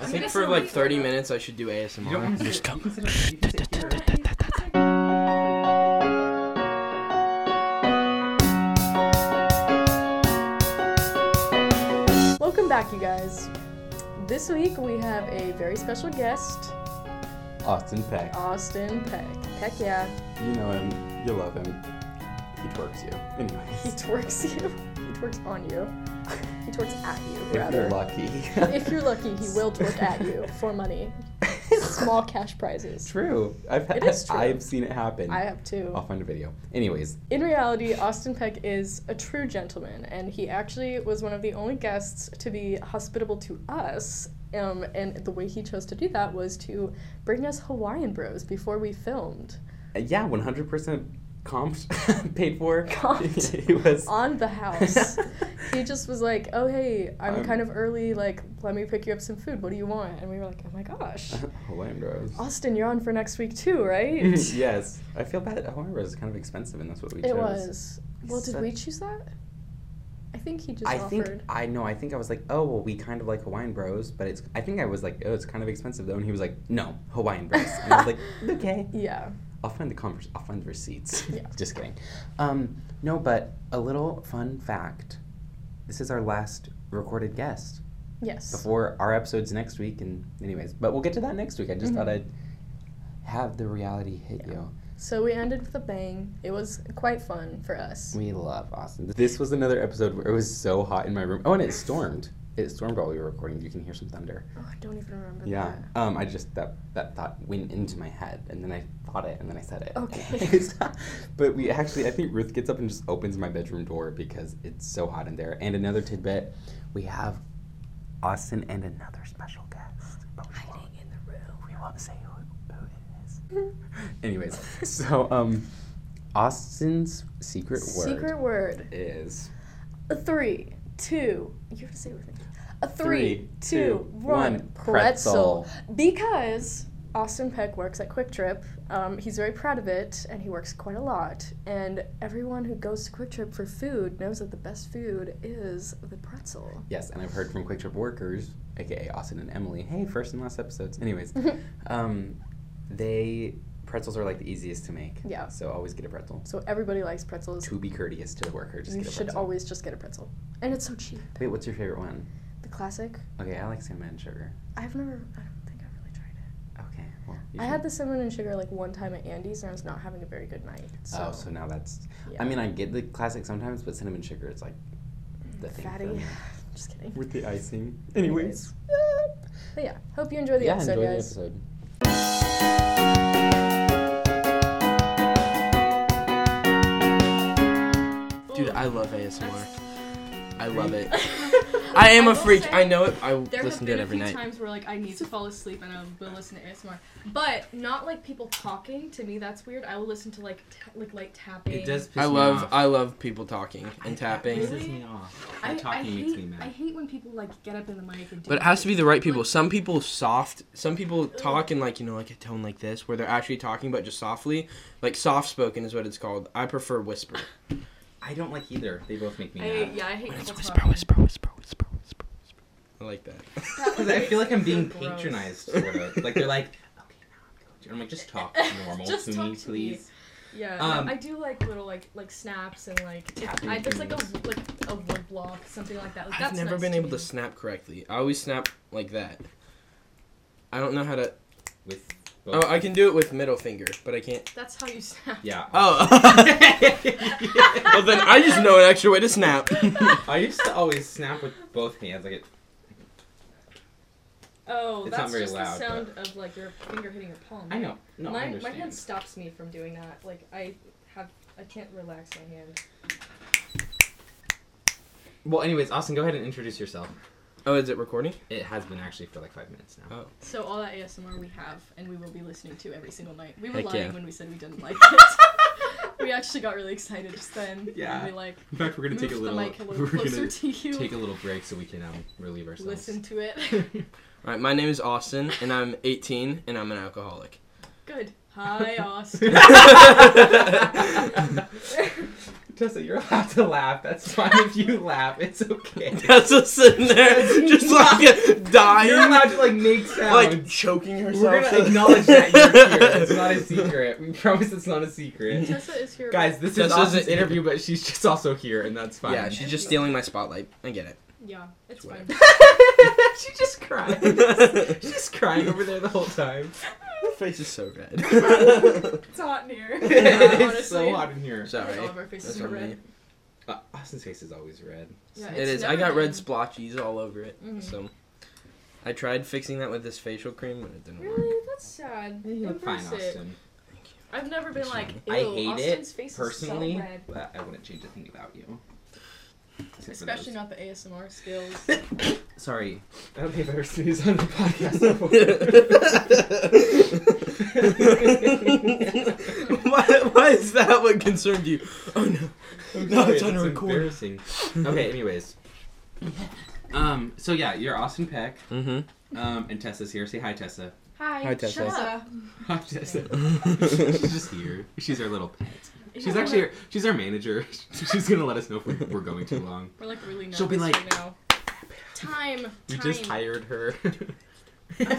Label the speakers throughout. Speaker 1: I think for like 30 minutes I should do ASMR.
Speaker 2: Just come.
Speaker 3: Welcome back, you guys. This week we have a very special guest,
Speaker 4: Austin Peck.
Speaker 3: Austin Peck. Peck, yeah,
Speaker 4: You know him. You love him. He twerks you.
Speaker 3: he
Speaker 4: Anyways,
Speaker 3: twerks you. He twerks on you. He twerks at you,
Speaker 4: if you're
Speaker 3: rather.
Speaker 4: lucky.
Speaker 3: If you're lucky, he will twerk at you for money. Small cash prizes.
Speaker 4: true. I've
Speaker 3: It is true.
Speaker 4: I've seen it happen.
Speaker 3: I have too.
Speaker 4: I'll find a video. Anyways,
Speaker 3: In reality, Austin Peck is a true gentleman, and he actually was one of the only guests to be hospitable to us. Um, and the way he chose to do that was to bring us Hawaiian Bros before we filmed
Speaker 4: uh, yeah, 100% comped, paid for.
Speaker 3: Comped.
Speaker 4: he was.
Speaker 3: on the house. he just was like, "Oh hey, I'm
Speaker 4: I'm-
Speaker 3: kind of early. Like, let me pick you up some food. What do you want?" And we were like, "Oh my gosh,
Speaker 4: Hawaiian Bros.
Speaker 3: Austin, you're on for next week too, right?"
Speaker 4: yes. I feel bad. Hawaiian Bros is kind of expensive, and that's what we chose.
Speaker 3: It was. Well, did
Speaker 4: Such-
Speaker 3: we choose that? I think he just
Speaker 4: I
Speaker 3: offered.
Speaker 4: think I know. I think I was like, oh well, we kind of like Hawaiian Bros, but it's. I think I was like, oh, it's kind of expensive though, and he was like, no, Hawaiian Bros, and I was like, okay.
Speaker 3: Yeah.
Speaker 4: I'll find the converse. I'll find the receipts.
Speaker 3: Yeah.
Speaker 4: Just kidding. Um, no, but a little fun fact. This is our last recorded guest
Speaker 3: Yes.
Speaker 4: before our episodes next week. And anyways, but we'll get to that next week. I just thought
Speaker 3: Mhm.
Speaker 4: I'd have the reality hit
Speaker 3: Yeah.
Speaker 4: you.
Speaker 3: So we ended with a bang. It was quite fun for us.
Speaker 4: We love Austin. This was another episode where it was so hot in my room. Oh, and it stormed. It stormed while we were recording. You can hear some thunder.
Speaker 3: Oh, I don't even remember
Speaker 4: Yeah.
Speaker 3: that.
Speaker 4: Um, I just that that thought went into my head, and then I thought it, and then I said it.
Speaker 3: Okay.
Speaker 4: but we actually, I think Ruth gets up and just opens my bedroom door because it's so hot in there. And another tidbit, we have Austin and another special guest. But we won't,
Speaker 3: Hiding in the room.
Speaker 4: we won't say who, who it is. Anyways, so um, Austin's secret word
Speaker 3: Secret word.
Speaker 4: is
Speaker 3: A three, two. You have to say it with me. A
Speaker 4: Three,
Speaker 3: three,
Speaker 4: two,
Speaker 3: two, one.
Speaker 4: one. Pretzel.
Speaker 3: Because Austin Peck works at Quick Trip. Um, he's very proud of it, and he works quite a lot. And everyone who goes to Quick Trip for food knows that the best food is the pretzel.
Speaker 4: Yes, and I've heard from Quick Trip workers, aka Austin and Emily. Hey, first and last episodes. Anyways, um, they pretzels are like the easiest to make.
Speaker 3: Yeah.
Speaker 4: So always get a pretzel.
Speaker 3: So everybody likes pretzels.
Speaker 4: To be courteous to the worker, just
Speaker 3: You
Speaker 4: get a
Speaker 3: should
Speaker 4: pretzel.
Speaker 3: always just get a pretzel. And it's so cheap.
Speaker 4: Wait, what's your favorite one?
Speaker 3: The classic.
Speaker 4: Okay, I like cinnamon and sugar.
Speaker 3: I've never. I don't think I've really tried it.
Speaker 4: Okay, well. you
Speaker 3: I had
Speaker 4: should-
Speaker 3: the cinnamon and sugar like one time at Andy's, and I was not having a very good night. So,
Speaker 4: Oh, so now that's.
Speaker 3: yeah.
Speaker 4: I mean, I get the classic sometimes, but cinnamon sugar is like the thing. for
Speaker 3: fatty.
Speaker 4: me.
Speaker 3: Just kidding.
Speaker 4: With the icing.
Speaker 3: Anyways. But yeah, hope you enjoy the
Speaker 4: yeah,
Speaker 3: episode,
Speaker 4: enjoy
Speaker 3: guys.
Speaker 4: the episode.
Speaker 1: Dude, I love ASMR. I love it. I am a
Speaker 5: will
Speaker 1: freak.
Speaker 5: say,
Speaker 1: I know it. I
Speaker 5: There
Speaker 1: listen
Speaker 5: have
Speaker 1: to
Speaker 5: been
Speaker 1: it
Speaker 5: a
Speaker 1: every
Speaker 5: few
Speaker 1: night.
Speaker 5: times where like I need to fall asleep and I will listen to ASMR, but not like people talking. To me, that's weird. I will listen to like ta- like light tapping.
Speaker 2: It does piss
Speaker 1: I
Speaker 2: me
Speaker 1: love
Speaker 2: off.
Speaker 1: I love people talking and
Speaker 2: It
Speaker 1: tapping.
Speaker 2: pisses me off.
Speaker 5: I,
Speaker 2: That
Speaker 5: I
Speaker 2: talking
Speaker 5: hate,
Speaker 2: makes me
Speaker 5: I
Speaker 2: mad.
Speaker 5: hate when people like get up in the mic and. Do
Speaker 1: But it has to be the right people. Some people soft. Some people talk in like you know like a tone like this, where they're actually talking but just softly. Like soft spoken is what it's called. I prefer whisper.
Speaker 2: I don't like either. They both make me
Speaker 5: I
Speaker 2: mad.
Speaker 5: hate, yeah, I hate people
Speaker 1: whisper,
Speaker 5: talking.
Speaker 1: whisper, whisper, whisper, whisper. I like that.
Speaker 5: That,
Speaker 2: Because I
Speaker 5: makes
Speaker 2: feel like
Speaker 5: me
Speaker 2: I'm being
Speaker 5: feel gross.
Speaker 2: patronized, sort of. Like they're like, okay, now I'm going to. I'm like, just talk normal
Speaker 5: Just
Speaker 2: to me,
Speaker 5: talk to me.
Speaker 2: please.
Speaker 5: Yeah,
Speaker 2: Um,
Speaker 5: no, I do like little like like snaps and like
Speaker 2: Tapping
Speaker 5: I, there's like a
Speaker 2: things.
Speaker 5: like a wood block something like that. Like,
Speaker 1: I've
Speaker 5: that's
Speaker 1: never
Speaker 5: nice
Speaker 1: been
Speaker 5: to
Speaker 1: able
Speaker 5: me.
Speaker 1: to snap correctly. I always snap like that. I don't know how to.
Speaker 2: With. both-
Speaker 1: Oh, I can do it with middle finger, but I can't.
Speaker 5: That's how you snap.
Speaker 2: Yeah.
Speaker 1: Oh. well, then I just know an extra way to snap.
Speaker 2: I used to always snap with both hands. Like it.
Speaker 5: Oh,
Speaker 2: It's not
Speaker 5: that's
Speaker 2: very
Speaker 5: just
Speaker 2: loud,
Speaker 5: the
Speaker 2: but-
Speaker 5: sound of like your finger hitting your palm.
Speaker 2: I know. No, I
Speaker 5: my, my
Speaker 2: understand.
Speaker 5: hand stops me from doing that. Like I have, I can't relax my hand.
Speaker 2: Well, anyways, Austin, go ahead and introduce yourself.
Speaker 1: Oh, is it recording?
Speaker 2: It has been actually for like five minutes now.
Speaker 5: So all that ASMR we have, and we will be listening to every single night. We were
Speaker 1: Heck
Speaker 5: lying
Speaker 1: yeah.
Speaker 5: when we said we didn't like it. we actually got really excited just then.
Speaker 2: Yeah.
Speaker 5: And we like
Speaker 2: In fact, we're gonna
Speaker 5: moved
Speaker 2: take a little.
Speaker 5: the mic a little
Speaker 2: we're
Speaker 5: closer
Speaker 2: gonna
Speaker 5: to you.
Speaker 2: take a little break so we can um, relieve ourselves.
Speaker 5: Listen to it.
Speaker 1: All right, my name is Austin, and I'm 18, and I'm an alcoholic.
Speaker 5: Good. Hi, Austin.
Speaker 4: Tessa, you're allowed to laugh. That's fine if you laugh. It's okay.
Speaker 1: That's just sitting there, just like a
Speaker 4: You're
Speaker 1: dying,
Speaker 4: allowed to like make sounds.
Speaker 1: like choking herself.
Speaker 4: We're gonna acknowledge that you're here. It's not a secret. We promise it's not a secret.
Speaker 3: Tessa is here.
Speaker 4: Guys, this is
Speaker 1: This
Speaker 4: Austin's
Speaker 1: isn't-
Speaker 4: interview, but she's just also here, and that's fine.
Speaker 1: yeah, she's just stealing my spotlight. I get it.
Speaker 3: Yeah, it's
Speaker 1: It's
Speaker 3: fine.
Speaker 4: she just cried. she's just crying over there the whole time.
Speaker 1: Her face is so red.
Speaker 3: It's hot in here.
Speaker 4: it's so
Speaker 3: honestly.
Speaker 4: hot in here.
Speaker 3: All
Speaker 1: Sorry.
Speaker 3: of our faces
Speaker 1: That's
Speaker 3: are
Speaker 1: on
Speaker 3: red.
Speaker 1: me.
Speaker 4: Uh, Austin's face is always red.
Speaker 3: Yeah,
Speaker 1: It
Speaker 3: it's
Speaker 1: is. I
Speaker 3: never
Speaker 1: got red
Speaker 3: been-
Speaker 1: splotches all over it.
Speaker 4: Mm-hmm.
Speaker 3: Mhm.
Speaker 1: So I tried fixing that with this facial cream, but it didn't work.
Speaker 3: Really? That's sad.
Speaker 4: Yeah, you look fine,
Speaker 3: Embrace it.
Speaker 4: Austin.
Speaker 3: I've never been
Speaker 1: It's
Speaker 3: like, ew,
Speaker 4: I hate it,
Speaker 3: Austin's face is so
Speaker 4: Personally,
Speaker 3: red.
Speaker 4: but I wouldn't change a thing about you. Except for
Speaker 3: Especially
Speaker 4: those-
Speaker 3: not the ASMR skills.
Speaker 4: Sorry. I don't think I've ever sneezed on the podcast before.
Speaker 1: why, why is that what concerned you? Oh no. No, it's on a record.
Speaker 4: Embarrassing. okay, anyways. Um, so yeah, you're Austin Peck.
Speaker 1: Mm-hmm.
Speaker 4: Um, and Tessa's here. Say hi, Tessa.
Speaker 3: Hi,
Speaker 1: Hi, Tessa.
Speaker 3: shut up.
Speaker 4: Hi, Tessa. She's just here. She's our little pet. She's actually our, she's our manager. She's gonna let us know if we're, we're going too long.
Speaker 3: We're like really nervous
Speaker 4: She'll be
Speaker 3: right now. Time. Time.
Speaker 4: We just hired her.
Speaker 6: I'm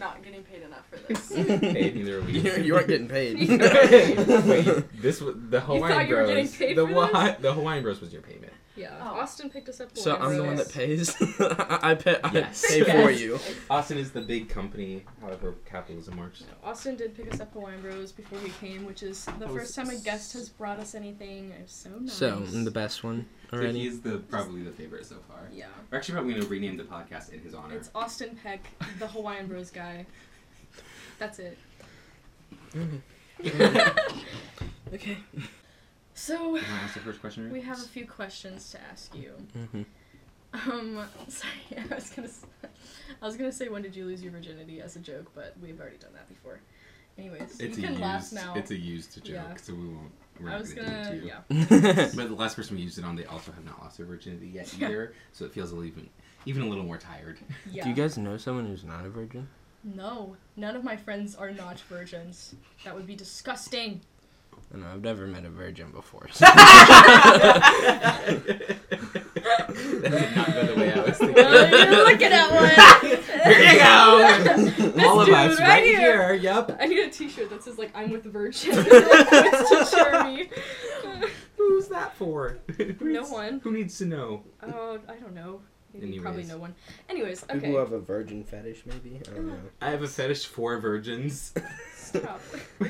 Speaker 6: not getting paid enough for this.
Speaker 4: hey, neither are we.
Speaker 1: You, you aren't getting paid.
Speaker 4: Wait, this was the Hawaiian
Speaker 3: thought you were
Speaker 4: Bros.
Speaker 3: getting paid
Speaker 4: the
Speaker 3: for
Speaker 4: Wa- the Hawaiian Bros was your payment.
Speaker 3: Yeah.
Speaker 6: Oh.
Speaker 3: Austin picked us up.
Speaker 1: so I'm the one
Speaker 3: Lawrence.
Speaker 1: that pays. I pay. I
Speaker 4: Yes.
Speaker 1: pay for
Speaker 3: Yes.
Speaker 1: you.
Speaker 4: Austin is the big company, however capitalism works.
Speaker 3: Austin did pick us up Hawaiian Bros before we came, which is the
Speaker 4: That was
Speaker 3: first time a
Speaker 4: s-
Speaker 3: guest has brought us anything. It was so nice.
Speaker 1: So I'm the best one
Speaker 4: So
Speaker 1: already.
Speaker 4: he's the probably the favorite so far.
Speaker 3: Yeah.
Speaker 4: We're actually probably gonna rename the podcast in his honor.
Speaker 3: It's Austin Peck, the Hawaiian Bros guy. That's it.
Speaker 1: Mm-hmm. Okay.
Speaker 3: So
Speaker 4: Can I ask the first question?
Speaker 3: we have a few questions to ask you.
Speaker 1: Mhm.
Speaker 3: Um, sorry, I was gonna, s- I was gonna say when did you lose your virginity as a joke, but we've already done that before. Anyways,
Speaker 4: It's
Speaker 3: you
Speaker 4: a
Speaker 3: can
Speaker 4: used.
Speaker 3: laugh now.
Speaker 4: It's a used joke,
Speaker 3: Yeah.
Speaker 4: so we won't. We're
Speaker 3: I
Speaker 4: not
Speaker 3: was
Speaker 4: gonna, do it
Speaker 3: gonna,
Speaker 4: to you.
Speaker 3: yeah.
Speaker 4: But the last person we used it on, they also have not lost their virginity yet
Speaker 3: Yeah.
Speaker 4: either, so it feels a little even even a little more tired.
Speaker 3: yeah.
Speaker 1: Do you guys know someone who's not a virgin?
Speaker 3: no, none of my friends are not virgins. That would be disgusting.
Speaker 1: I know, I've never met a virgin before.
Speaker 4: That did not go the way I was thinking.
Speaker 3: Well, you're looking at one.
Speaker 4: Here you go.
Speaker 3: This
Speaker 4: All of
Speaker 3: dude
Speaker 4: us right,
Speaker 3: right
Speaker 4: here. Yep.
Speaker 3: I need a T-shirt that says like I'm with the virgin. It's to Jeremy.
Speaker 4: Who's that for? Who
Speaker 3: No
Speaker 4: needs-
Speaker 3: one.
Speaker 4: Who needs to know?
Speaker 3: Oh, I don't know. Maybe probably
Speaker 4: Anyways.
Speaker 3: no one. Anyways, okay.
Speaker 1: have a virgin fetish, maybe. I don't know.
Speaker 4: I have a fetish for virgins.
Speaker 3: Stop.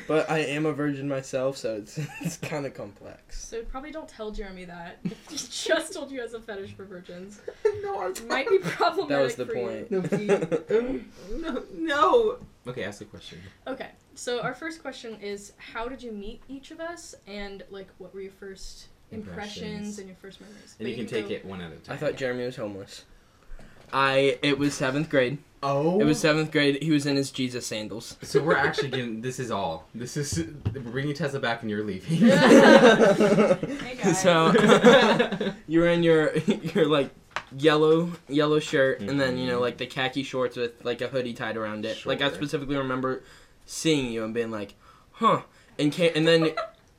Speaker 1: But I am a virgin myself, so it's it's kind of complex.
Speaker 3: So probably don't tell Jeremy that. If he just told you as a fetish for virgins,
Speaker 4: no, I'm
Speaker 3: might be problematic.
Speaker 1: That was the
Speaker 3: for you. oh,
Speaker 1: point.
Speaker 4: No, please. no, no. Okay, ask a question.
Speaker 3: Okay, so our first question is, how did you meet each of us, and like, what were your first impressions,
Speaker 4: Impressions.
Speaker 3: and your first memories? But
Speaker 4: And you can take
Speaker 3: go-
Speaker 4: it one at a time.
Speaker 1: I thought Jeremy was homeless. I it was seventh grade.
Speaker 4: Oh.
Speaker 1: It was seventh grade. He was in his Jesus sandals.
Speaker 4: So we're actually getting. This is all. This is we're bringing Tessa back, and you're leaving.
Speaker 6: Hey guys.
Speaker 1: So you were in your your like yellow yellow shirt, and then you know
Speaker 4: Mhm.
Speaker 3: Mm-hmm.
Speaker 1: like the khaki shorts with like a hoodie tied around it. Like I
Speaker 4: Sure.
Speaker 1: specifically remember seeing you and being like, huh, and can and then.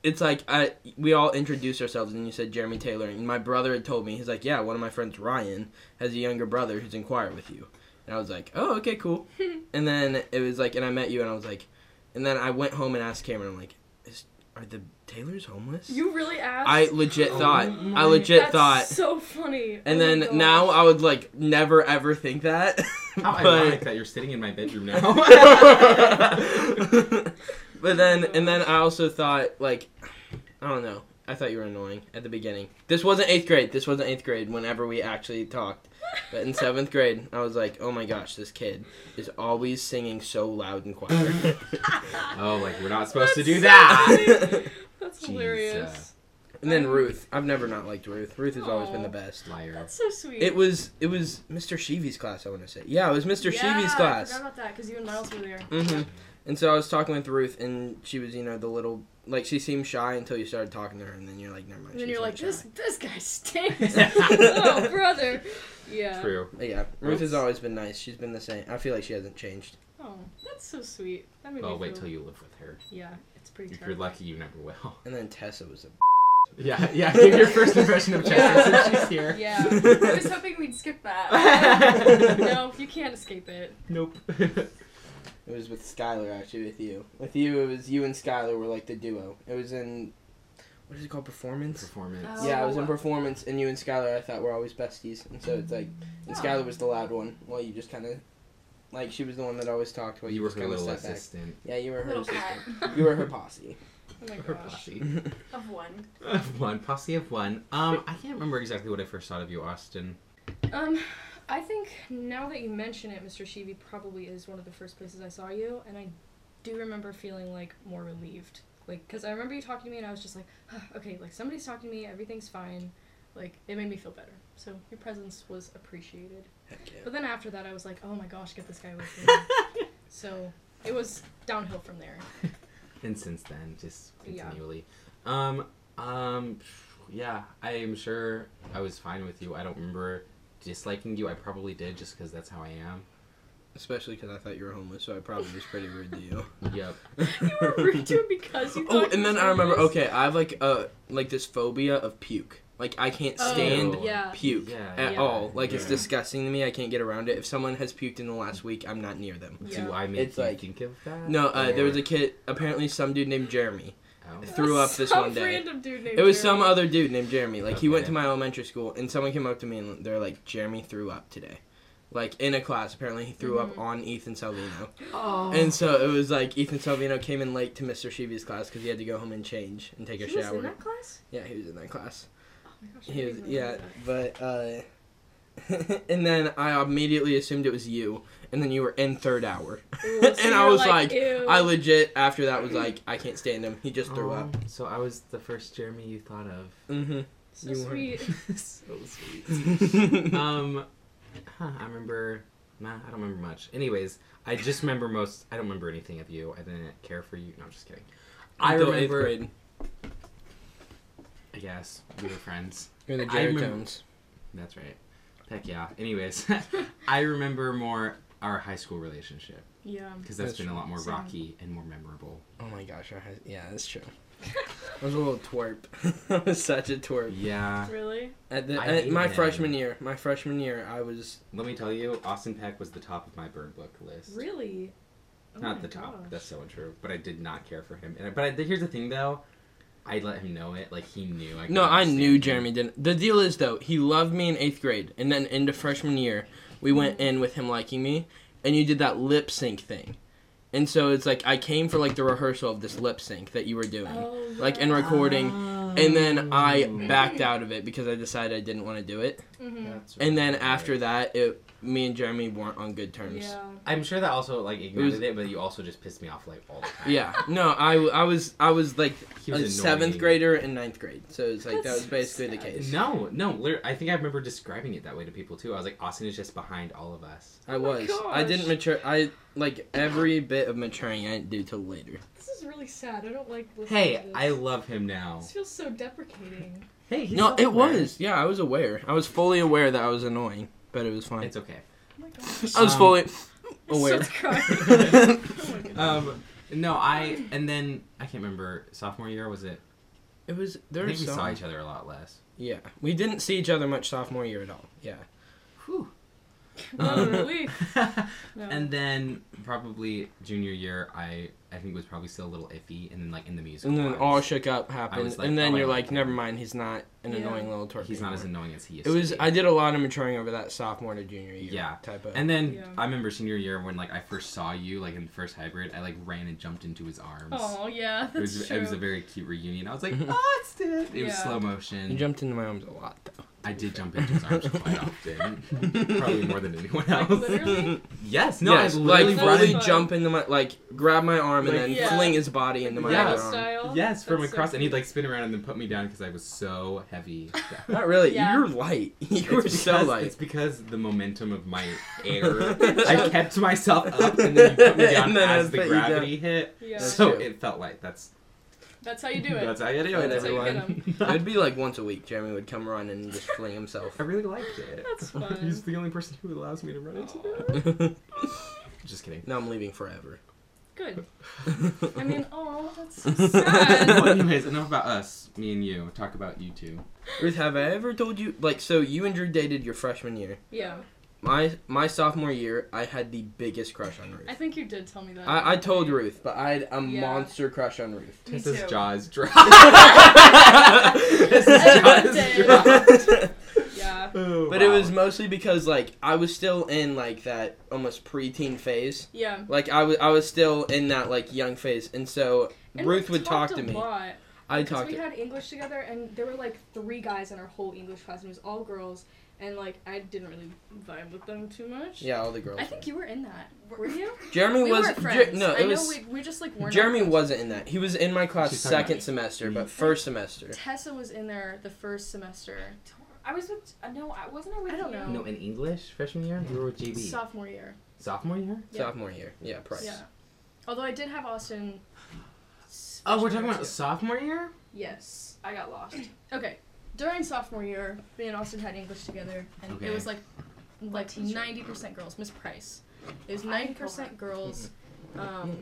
Speaker 1: It's like I we all introduced ourselves and you said Jeremy Taylor and my brother had told me he's like yeah one of my friends Ryan has a younger brother who's in choir with you and I was like oh okay cool and then it was like and I met you and I was like and then I went home and asked Cameron I'm like is, are the Taylors homeless
Speaker 3: You really asked.
Speaker 1: I legit
Speaker 4: Oh
Speaker 1: thought.
Speaker 4: my-
Speaker 1: I legit
Speaker 3: That's
Speaker 1: thought.
Speaker 3: so funny.
Speaker 1: and
Speaker 3: Oh my
Speaker 1: then
Speaker 3: gosh. Oh,
Speaker 1: now I would like never ever think that.
Speaker 4: How ironic
Speaker 1: but
Speaker 4: that you're sitting in my bedroom now.
Speaker 3: Oh
Speaker 1: but then and then I also thought like I don't know. I thought you were annoying at the beginning. This wasn't eighth grade. This wasn't eighth grade. Whenever we actually talked, but in seventh grade, I was like, "Oh my gosh, this kid is always singing so loud and choir."
Speaker 4: oh, like we're not supposed to
Speaker 3: That's
Speaker 4: do
Speaker 3: so
Speaker 4: that.
Speaker 3: funny. That's
Speaker 4: Jesus.
Speaker 3: hilarious.
Speaker 1: and then Ruth. I've never not liked Ruth. Ruth has always been the
Speaker 3: Aw.
Speaker 1: best.
Speaker 4: Liar.
Speaker 3: That's so sweet.
Speaker 1: It was it was Mr. Sheevy's class. I want to say. Yeah, it was Mr.
Speaker 3: Yeah,
Speaker 1: Sheevy's
Speaker 3: I
Speaker 1: class.
Speaker 3: forgot about that because you and Miles were there.
Speaker 1: hmm And so I was talking with Ruth, and she was, you know, the little like she seemed shy until you started talking to her, and then you're like, never mind.
Speaker 3: And then
Speaker 1: she's
Speaker 3: you're
Speaker 1: not
Speaker 3: like,
Speaker 1: shy.
Speaker 3: this this guy stinks. oh brother. Yeah.
Speaker 4: True.
Speaker 1: But yeah, Ruth has always been nice. She's been the same. I feel like she hasn't changed.
Speaker 3: Oh, that's That's so sweet. That made
Speaker 4: Well,
Speaker 3: me
Speaker 4: Oh, wait
Speaker 3: feel-
Speaker 4: till you live with her.
Speaker 3: Yeah, it's pretty.
Speaker 4: If you're
Speaker 3: terrifying.
Speaker 4: lucky, you never will.
Speaker 1: And then Tessa was a.
Speaker 4: Yeah, yeah. Give your first impression of Chester since she's here.
Speaker 3: Yeah.
Speaker 6: I was hoping we'd skip that.
Speaker 3: no, you can't escape it.
Speaker 4: Nope.
Speaker 1: It was with Skylar actually. With you, with you, it was you and Skylar were like the duo. It was in, what is it called? Performance.
Speaker 4: Performance.
Speaker 3: Oh.
Speaker 1: Yeah, I was in performance, and you and Skylar I thought were always besties, and so it's like, and
Speaker 3: Oh.
Speaker 1: Skylar was the loud one. Well, you just kind of, like, she was the one that always talked. While
Speaker 4: you were
Speaker 1: just
Speaker 4: her
Speaker 1: kinda
Speaker 4: little
Speaker 1: stepped back.
Speaker 4: assistant.
Speaker 1: Yeah, you were her
Speaker 6: Little
Speaker 1: assistant.
Speaker 6: cat
Speaker 1: You were her posse.
Speaker 3: Oh my
Speaker 4: Her
Speaker 3: gosh.
Speaker 4: posse.
Speaker 6: of one.
Speaker 4: Of one posse of one. Um, I can't remember exactly what I first thought of you, Austin.
Speaker 3: Um, I think now that you mention it, Mr. Sheevy probably is one of the first places I saw you, and I do remember feeling like more relieved, like because I remember you talking to me, and I was just like, "Huh, okay, like somebody's talking to me, everything's fine, like it made me feel better. So your presence was appreciated.
Speaker 1: Heck yeah.
Speaker 3: But then after that, I was like, oh my gosh, get this guy away from me. so it was downhill from there.
Speaker 4: And since then, just
Speaker 3: Yeah.
Speaker 4: continually. Um, um, yeah, I am sure I was fine with you. I don't remember disliking you. I probably did just because that's how I am.
Speaker 1: Especially because I thought you were homeless, so I probably was pretty rude to you.
Speaker 4: Yep.
Speaker 3: you were rude to him because you.
Speaker 1: Oh,
Speaker 3: thought he
Speaker 1: and then
Speaker 3: was
Speaker 1: I remember.
Speaker 3: homeless.
Speaker 1: Okay, I have like uh like this phobia of puke. Like I can't
Speaker 3: Oh,
Speaker 1: stand
Speaker 3: yeah.
Speaker 1: puke
Speaker 4: Yeah,
Speaker 1: at
Speaker 3: yeah.
Speaker 1: all. Like it's
Speaker 4: Yeah.
Speaker 1: disgusting to me. I can't get around it. If someone has puked in the last week, I'm not near them.
Speaker 3: Yeah.
Speaker 4: Do I make
Speaker 1: It's
Speaker 4: you
Speaker 1: like-
Speaker 4: think of that?
Speaker 1: No, uh, there was
Speaker 4: Or-
Speaker 1: a kid. Apparently, some dude named Jeremy.
Speaker 4: Oh.
Speaker 1: threw up this
Speaker 3: Some
Speaker 1: one day.
Speaker 3: Random dude named
Speaker 1: It was
Speaker 3: Jeremy.
Speaker 1: some other dude named Jeremy. Like he went
Speaker 4: Okay.
Speaker 1: to my elementary school, and someone came up to me and they're like, "Jeremy threw up today." Like in a class, apparently he threw
Speaker 3: Mm-hmm.
Speaker 1: up on Ethan Salvino,
Speaker 3: Oh.
Speaker 1: and so it was like Ethan Salvino came in late to Mr. Sheevy's class because he had to go home and change and take a
Speaker 3: He was
Speaker 1: shower.
Speaker 3: in that class.
Speaker 1: Yeah, he was in that class.
Speaker 3: Oh my gosh. I
Speaker 1: He was,
Speaker 3: didn't even
Speaker 1: yeah,
Speaker 3: remember that.
Speaker 1: but uh, and then I immediately assumed it was you, and then you were in third hour,
Speaker 3: Ooh, so
Speaker 1: and I
Speaker 3: you're
Speaker 1: was like,
Speaker 3: "Ew."
Speaker 1: I legit after that was like, I can't stand him. He just threw
Speaker 4: Oh,
Speaker 1: up.
Speaker 4: So I was the first Jeremy you thought of.
Speaker 1: Mm-hmm.
Speaker 3: so
Speaker 1: you weren't.
Speaker 3: sweet.
Speaker 4: so sweet. um, huh, I remember. Nah, I don't remember much. Anyways, I just remember most. I don't remember anything of you. I didn't care for you. No, I'm just kidding. I
Speaker 1: Until
Speaker 4: remember.
Speaker 1: Eighth grade.
Speaker 4: I guess we were friends.
Speaker 1: You're the
Speaker 4: I
Speaker 1: Jared
Speaker 4: remember-
Speaker 1: Jones.
Speaker 4: That's right. Heck yeah. Anyways, I remember more our high school relationship
Speaker 3: Yeah.
Speaker 4: because that's
Speaker 1: That's
Speaker 4: been a lot more
Speaker 3: Same.
Speaker 4: rocky and more memorable.
Speaker 1: Oh my gosh, I had, yeah, that's true. I was a little twerp. I was such a twerp.
Speaker 4: Yeah.
Speaker 3: Really?
Speaker 1: At the,
Speaker 4: I
Speaker 1: at
Speaker 4: hate
Speaker 1: my
Speaker 4: that.
Speaker 1: freshman year, my freshman year, I was
Speaker 4: Let me tell you, Austin Peck was the top of my bird book list.
Speaker 3: Really? Oh
Speaker 4: not
Speaker 3: my
Speaker 4: the top.
Speaker 3: gosh.
Speaker 4: That's so untrue. But I did not care for him. And I, but I, here's the thing, though. I let him know it. Like he knew.
Speaker 1: No,
Speaker 4: I couldn't
Speaker 1: I
Speaker 4: stand
Speaker 1: knew
Speaker 4: him.
Speaker 1: Jeremy didn't. The deal is though, he loved me in eighth grade, and then into freshman year, we went in with him liking me, and you did that lip sync thing, and so it's like I came for like the rehearsal of this lip sync that you were doing,
Speaker 3: Oh, yeah.
Speaker 1: like in recording, and
Speaker 3: Oh.
Speaker 1: then I backed out of it because I decided I didn't want to do it,
Speaker 3: Mhm.
Speaker 4: That's
Speaker 1: and then
Speaker 4: right.
Speaker 1: after that, it me and Jeremy weren't on good terms.
Speaker 3: Yeah.
Speaker 4: I'm sure that also like ignited it,
Speaker 1: was-
Speaker 4: but you also just pissed me off like all the time.
Speaker 1: Yeah, no, I, I was I was like
Speaker 4: He
Speaker 1: a
Speaker 4: was
Speaker 1: seventh
Speaker 4: annoying.
Speaker 1: grader and ninth grade, so it's like that
Speaker 3: That's
Speaker 1: was basically the
Speaker 3: sad.
Speaker 1: case.
Speaker 4: No, no. lit- I think I remember describing it that way to people too. I was like, Austin is just behind all of us.
Speaker 1: I
Speaker 3: my
Speaker 1: was. I didn't
Speaker 3: gosh.
Speaker 1: mature. I like every bit of maturing I didn't do till later.
Speaker 3: This is really sad. I don't like listening to
Speaker 4: Hey,
Speaker 3: this.
Speaker 4: I love him now.
Speaker 3: This feels so deprecating.
Speaker 4: Hey, he's
Speaker 1: no, it
Speaker 4: self-aware.
Speaker 1: was. Yeah, I was aware. I was fully aware that I was annoying, but it was fine.
Speaker 4: It's okay.
Speaker 3: Oh my gosh.
Speaker 1: I was
Speaker 4: Um,
Speaker 1: fully
Speaker 3: I
Speaker 1: aware.
Speaker 3: started crying. Oh my goodness.
Speaker 4: um, no, I and then I can't remember sophomore year was it?
Speaker 1: it was. There
Speaker 4: I think
Speaker 1: was
Speaker 4: we saw
Speaker 1: some.
Speaker 4: each other a lot less.
Speaker 1: Yeah, we didn't see each other much sophomore year at all. Yeah.
Speaker 4: Whew.
Speaker 3: What a
Speaker 4: um,
Speaker 3: relief. No.
Speaker 4: And then probably junior year, I I think was probably still a little iffy, and then like in the music.
Speaker 1: And then all shook up happened,
Speaker 4: was like,
Speaker 1: and then
Speaker 4: oh, I
Speaker 1: you're
Speaker 4: like
Speaker 1: like,
Speaker 4: him.
Speaker 1: never mind. He's not an
Speaker 3: Yeah.
Speaker 1: annoying little twerp.
Speaker 4: he's not as
Speaker 1: anymore.
Speaker 4: annoying as he is.
Speaker 1: It was. I did a lot of maturing over that sophomore to junior year.
Speaker 4: Yeah.
Speaker 1: Type of.
Speaker 4: And then
Speaker 3: Yeah.
Speaker 4: I remember senior year when like I first saw you like in the first hybrid, I like ran and jumped into his arms.
Speaker 3: oh yeah,
Speaker 4: it
Speaker 3: that's
Speaker 4: was
Speaker 3: true.
Speaker 4: it was a very cute reunion. I was like, Austin. It was
Speaker 3: Yeah.
Speaker 4: slow
Speaker 1: you
Speaker 4: motion.
Speaker 1: jumped into my arms a lot though.
Speaker 4: I did jump into his arms quite often, probably more than anyone else.
Speaker 3: like, literally.
Speaker 4: yes. No.
Speaker 1: yes,
Speaker 4: I
Speaker 1: like
Speaker 4: literally
Speaker 3: run
Speaker 1: fully
Speaker 3: in-
Speaker 1: jump into my like grab my arm and
Speaker 4: Like-
Speaker 1: then
Speaker 3: Yeah.
Speaker 1: fling his body into my
Speaker 4: Yeah.
Speaker 1: other
Speaker 3: Dragon
Speaker 1: arm.
Speaker 3: style.
Speaker 4: Yes, from
Speaker 3: That's so
Speaker 4: across, and he'd
Speaker 3: cute.
Speaker 4: like spin around and then put me down because I was so heavy.
Speaker 1: Not really.
Speaker 3: Yeah.
Speaker 1: You're light. You
Speaker 4: It's
Speaker 1: were so
Speaker 4: because- It's
Speaker 1: light.
Speaker 4: because the momentum of my air. I kept myself up, and then you put me down
Speaker 1: And then I
Speaker 4: as the
Speaker 1: put you down.
Speaker 4: gravity hit.
Speaker 3: Yeah.
Speaker 1: That's
Speaker 4: so
Speaker 1: true.
Speaker 4: it felt like that's
Speaker 3: That's how you do it.
Speaker 4: that's how you do it,
Speaker 1: That's how you
Speaker 3: get
Speaker 4: everyone.
Speaker 1: It'd be like once a week. Jeremy would come run and just fling himself.
Speaker 4: I really liked it.
Speaker 3: That's
Speaker 4: He's
Speaker 3: fun.
Speaker 4: the only person who allows me to run into it. Just kidding.
Speaker 1: No, I'm leaving forever.
Speaker 3: Good. I mean, oh, that's so
Speaker 4: well,
Speaker 3: sad.
Speaker 4: anyways, enough about us, me and you. Talk about you two.
Speaker 1: Ruth, have I ever told you like so you and Drew dated your freshman year.
Speaker 3: yeah,
Speaker 1: My my sophomore year, I had the biggest crush on Ruth.
Speaker 7: I think you did tell me that.
Speaker 1: I, I told Ruth, but I had a
Speaker 3: Yeah.
Speaker 1: monster crush on Ruth.
Speaker 6: Me
Speaker 4: This is
Speaker 6: too.
Speaker 4: jaws dry.
Speaker 1: This is
Speaker 3: Everyone did.
Speaker 4: jaws dry.
Speaker 3: yeah.
Speaker 4: Oh,
Speaker 1: But it
Speaker 4: wow.
Speaker 1: was mostly because like I was still in like that almost preteen phase.
Speaker 3: Yeah.
Speaker 1: Like I was I was still in that like young phase, and so
Speaker 3: And
Speaker 1: Ruth
Speaker 3: we
Speaker 1: would talk
Speaker 3: talked
Speaker 1: to
Speaker 3: a
Speaker 1: me.
Speaker 3: Lot
Speaker 1: I
Speaker 3: because
Speaker 1: talked.
Speaker 3: we
Speaker 1: to
Speaker 3: had English together, and there were like three guys in our whole English class, and it was all girls. And like, I didn't really vibe with them too much.
Speaker 1: Yeah, all the girls.
Speaker 3: I think you were in that. Were you?
Speaker 1: Jeremy
Speaker 3: we
Speaker 1: was
Speaker 3: weren't
Speaker 1: Jer-
Speaker 3: friends.
Speaker 1: no,
Speaker 3: I
Speaker 1: it
Speaker 3: know
Speaker 1: was
Speaker 3: we, we just like weren't.
Speaker 1: Jeremy wasn't in that. He was in my class
Speaker 4: She's talking about
Speaker 1: second
Speaker 4: me.
Speaker 1: semester,
Speaker 4: Mhm.
Speaker 1: but first semester.
Speaker 3: Tessa was in there the first semester,
Speaker 6: I was with. Uh, no, I wasn't. I with
Speaker 3: I don't
Speaker 6: you?
Speaker 3: know.
Speaker 4: No, in English, freshman year, you were with JB.
Speaker 3: sophomore year.
Speaker 4: Sophomore year?
Speaker 3: Yeah.
Speaker 1: Sophomore year. Yeah, Price.
Speaker 3: Yeah. Although I did have Austin.
Speaker 4: Oh, we're
Speaker 3: freshman
Speaker 4: talking
Speaker 3: year,
Speaker 4: about
Speaker 3: too.
Speaker 4: sophomore year?
Speaker 3: Yes.
Speaker 6: I got lost.
Speaker 3: Okay. During sophomore year, me and Austin had English together, and
Speaker 4: Okay.
Speaker 3: it was like like
Speaker 6: teacher?
Speaker 3: ninety percent girls. Miss Price. It was
Speaker 6: I
Speaker 3: ninety
Speaker 6: didn't go
Speaker 3: percent girls, um,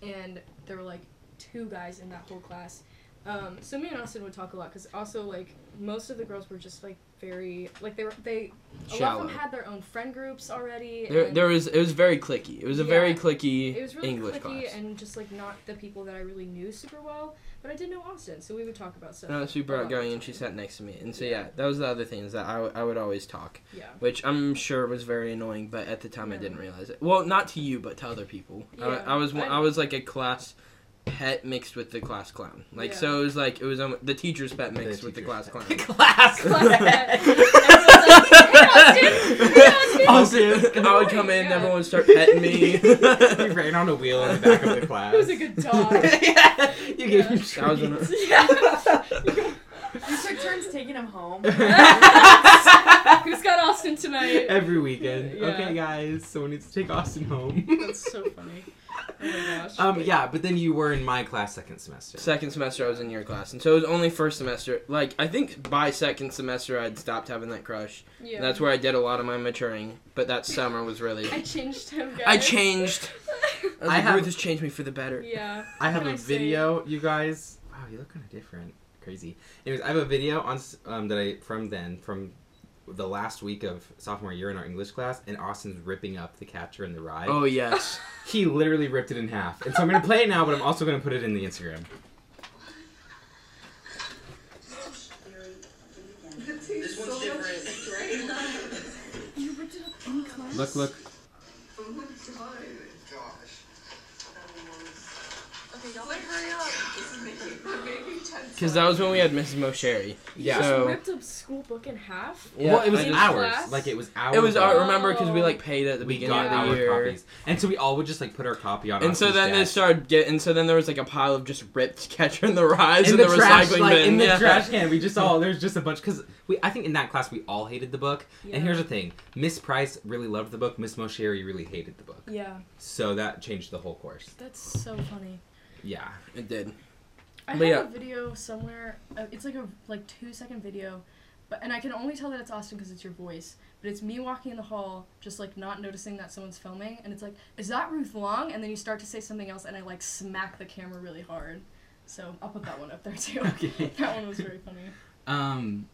Speaker 3: and there were like two guys in that whole class. Um, so me and Austin would talk a lot because also like most of the girls were just like very like they were they a lot
Speaker 1: Shallow.
Speaker 3: of them had their own friend groups already.
Speaker 1: There,
Speaker 3: and
Speaker 1: there was it was very clicky. It was a very
Speaker 3: Yeah.
Speaker 1: clicky
Speaker 3: it was really
Speaker 1: English
Speaker 3: clicky
Speaker 1: class.
Speaker 3: and just like not the people that I really knew super well, but I did know Austin, so we would talk about stuff.
Speaker 1: no, super
Speaker 3: Oh,
Speaker 1: outgoing, and
Speaker 3: okay.
Speaker 1: she sat next to me, and so
Speaker 3: Yeah.
Speaker 1: yeah, that was the other thing is that I, w- I would always talk,
Speaker 3: Yeah.
Speaker 1: which I'm sure was very annoying, but at the time I
Speaker 3: Yeah.
Speaker 1: didn't realize it. Well, not to you, but to other people.
Speaker 3: Yeah,
Speaker 1: I, I was one,
Speaker 3: I-
Speaker 1: I was like a class pet mixed with the class clown. Like
Speaker 3: Yeah.
Speaker 1: so, it was like it was um, the teacher's pet
Speaker 4: The
Speaker 1: mixed with the class
Speaker 4: teacher's
Speaker 1: clown.
Speaker 4: class.
Speaker 3: Class pet.
Speaker 4: Oh,
Speaker 1: I would come in, and everyone would start petting me.
Speaker 4: You ran on a wheel in the back of the class.
Speaker 3: It was a good dog.
Speaker 4: yeah, you gave him treats.
Speaker 1: That was when I-
Speaker 6: You took turns taking him home.
Speaker 3: Who's got Austin tonight?
Speaker 4: Every weekend.
Speaker 3: Yeah.
Speaker 4: Okay, guys, someone needs to take Austin home.
Speaker 3: That's so funny. Oh my gosh.
Speaker 4: um, yeah, but then you were in my class second semester.
Speaker 1: second semester I was in your class, and so it was only first semester. Like I think by second semester I'd stopped having that crush.
Speaker 3: yeah.
Speaker 1: That's where I did a lot of my maturing. But that summer was really
Speaker 3: I changed him. Guys.
Speaker 1: I changed. I, was
Speaker 4: I
Speaker 1: like,
Speaker 4: have-
Speaker 1: Ruth has changed me for the better.
Speaker 3: yeah.
Speaker 4: I have
Speaker 3: Can
Speaker 4: a
Speaker 3: I say-
Speaker 4: video, you guys. Wow, you look kind of different. Crazy. Anyways, I have a video on s- um, that I from then from the last week of sophomore year in our English class, and Austin's ripping up the catcher in the rye.
Speaker 1: Oh yes,
Speaker 4: He literally ripped it in half, and so I'm gonna play it now, but I'm also gonna put it in the Instagram.
Speaker 8: This one's different.
Speaker 3: You ripped it up in class.
Speaker 4: Look, look.
Speaker 8: Okay, y'all better hurry up. This is making, we're making ten
Speaker 1: because that was when we had Mrs. Mosheri.
Speaker 4: Yeah.
Speaker 1: So-
Speaker 3: ripped a school book in half.
Speaker 1: Yeah,
Speaker 4: well, it was
Speaker 1: I just-
Speaker 4: hours.
Speaker 3: Class?
Speaker 4: Like it was hours.
Speaker 1: It was I
Speaker 4: long.
Speaker 1: remember because
Speaker 3: Oh.
Speaker 1: we like paid at the
Speaker 4: we
Speaker 1: beginning
Speaker 4: got
Speaker 1: of
Speaker 4: our
Speaker 1: the year.
Speaker 4: copies, and so we all would just like put our copy on.
Speaker 1: And so
Speaker 4: Austin's
Speaker 1: then they
Speaker 4: desk.
Speaker 1: started get, and so then there was like a pile of just ripped Catcher in the Rise in,
Speaker 4: in
Speaker 1: the,
Speaker 4: the, trash,
Speaker 1: recycling
Speaker 4: like
Speaker 1: bin.
Speaker 4: in the
Speaker 1: yeah.
Speaker 4: trash can. We just all there's just a bunch because we I think in that class we all hated the book.
Speaker 3: Yeah.
Speaker 4: And here's the thing: Miss Price really loved the book. Miss Mosheri really hated the book.
Speaker 3: Yeah.
Speaker 4: So that changed the whole course.
Speaker 3: That's so funny.
Speaker 4: Yeah.
Speaker 1: It did.
Speaker 3: I have
Speaker 1: But yeah.
Speaker 3: a video somewhere. Uh, it's like a like two second video, but and I can only tell that it's Austin because it's your voice. But it's me walking in the hall, just like not noticing that someone's filming, and it's like, is that Ruth Long? And then you start to say something else, and I like smack the camera really hard. So I'll put that one up there too.
Speaker 4: Okay.
Speaker 3: that one was very funny.
Speaker 4: Um.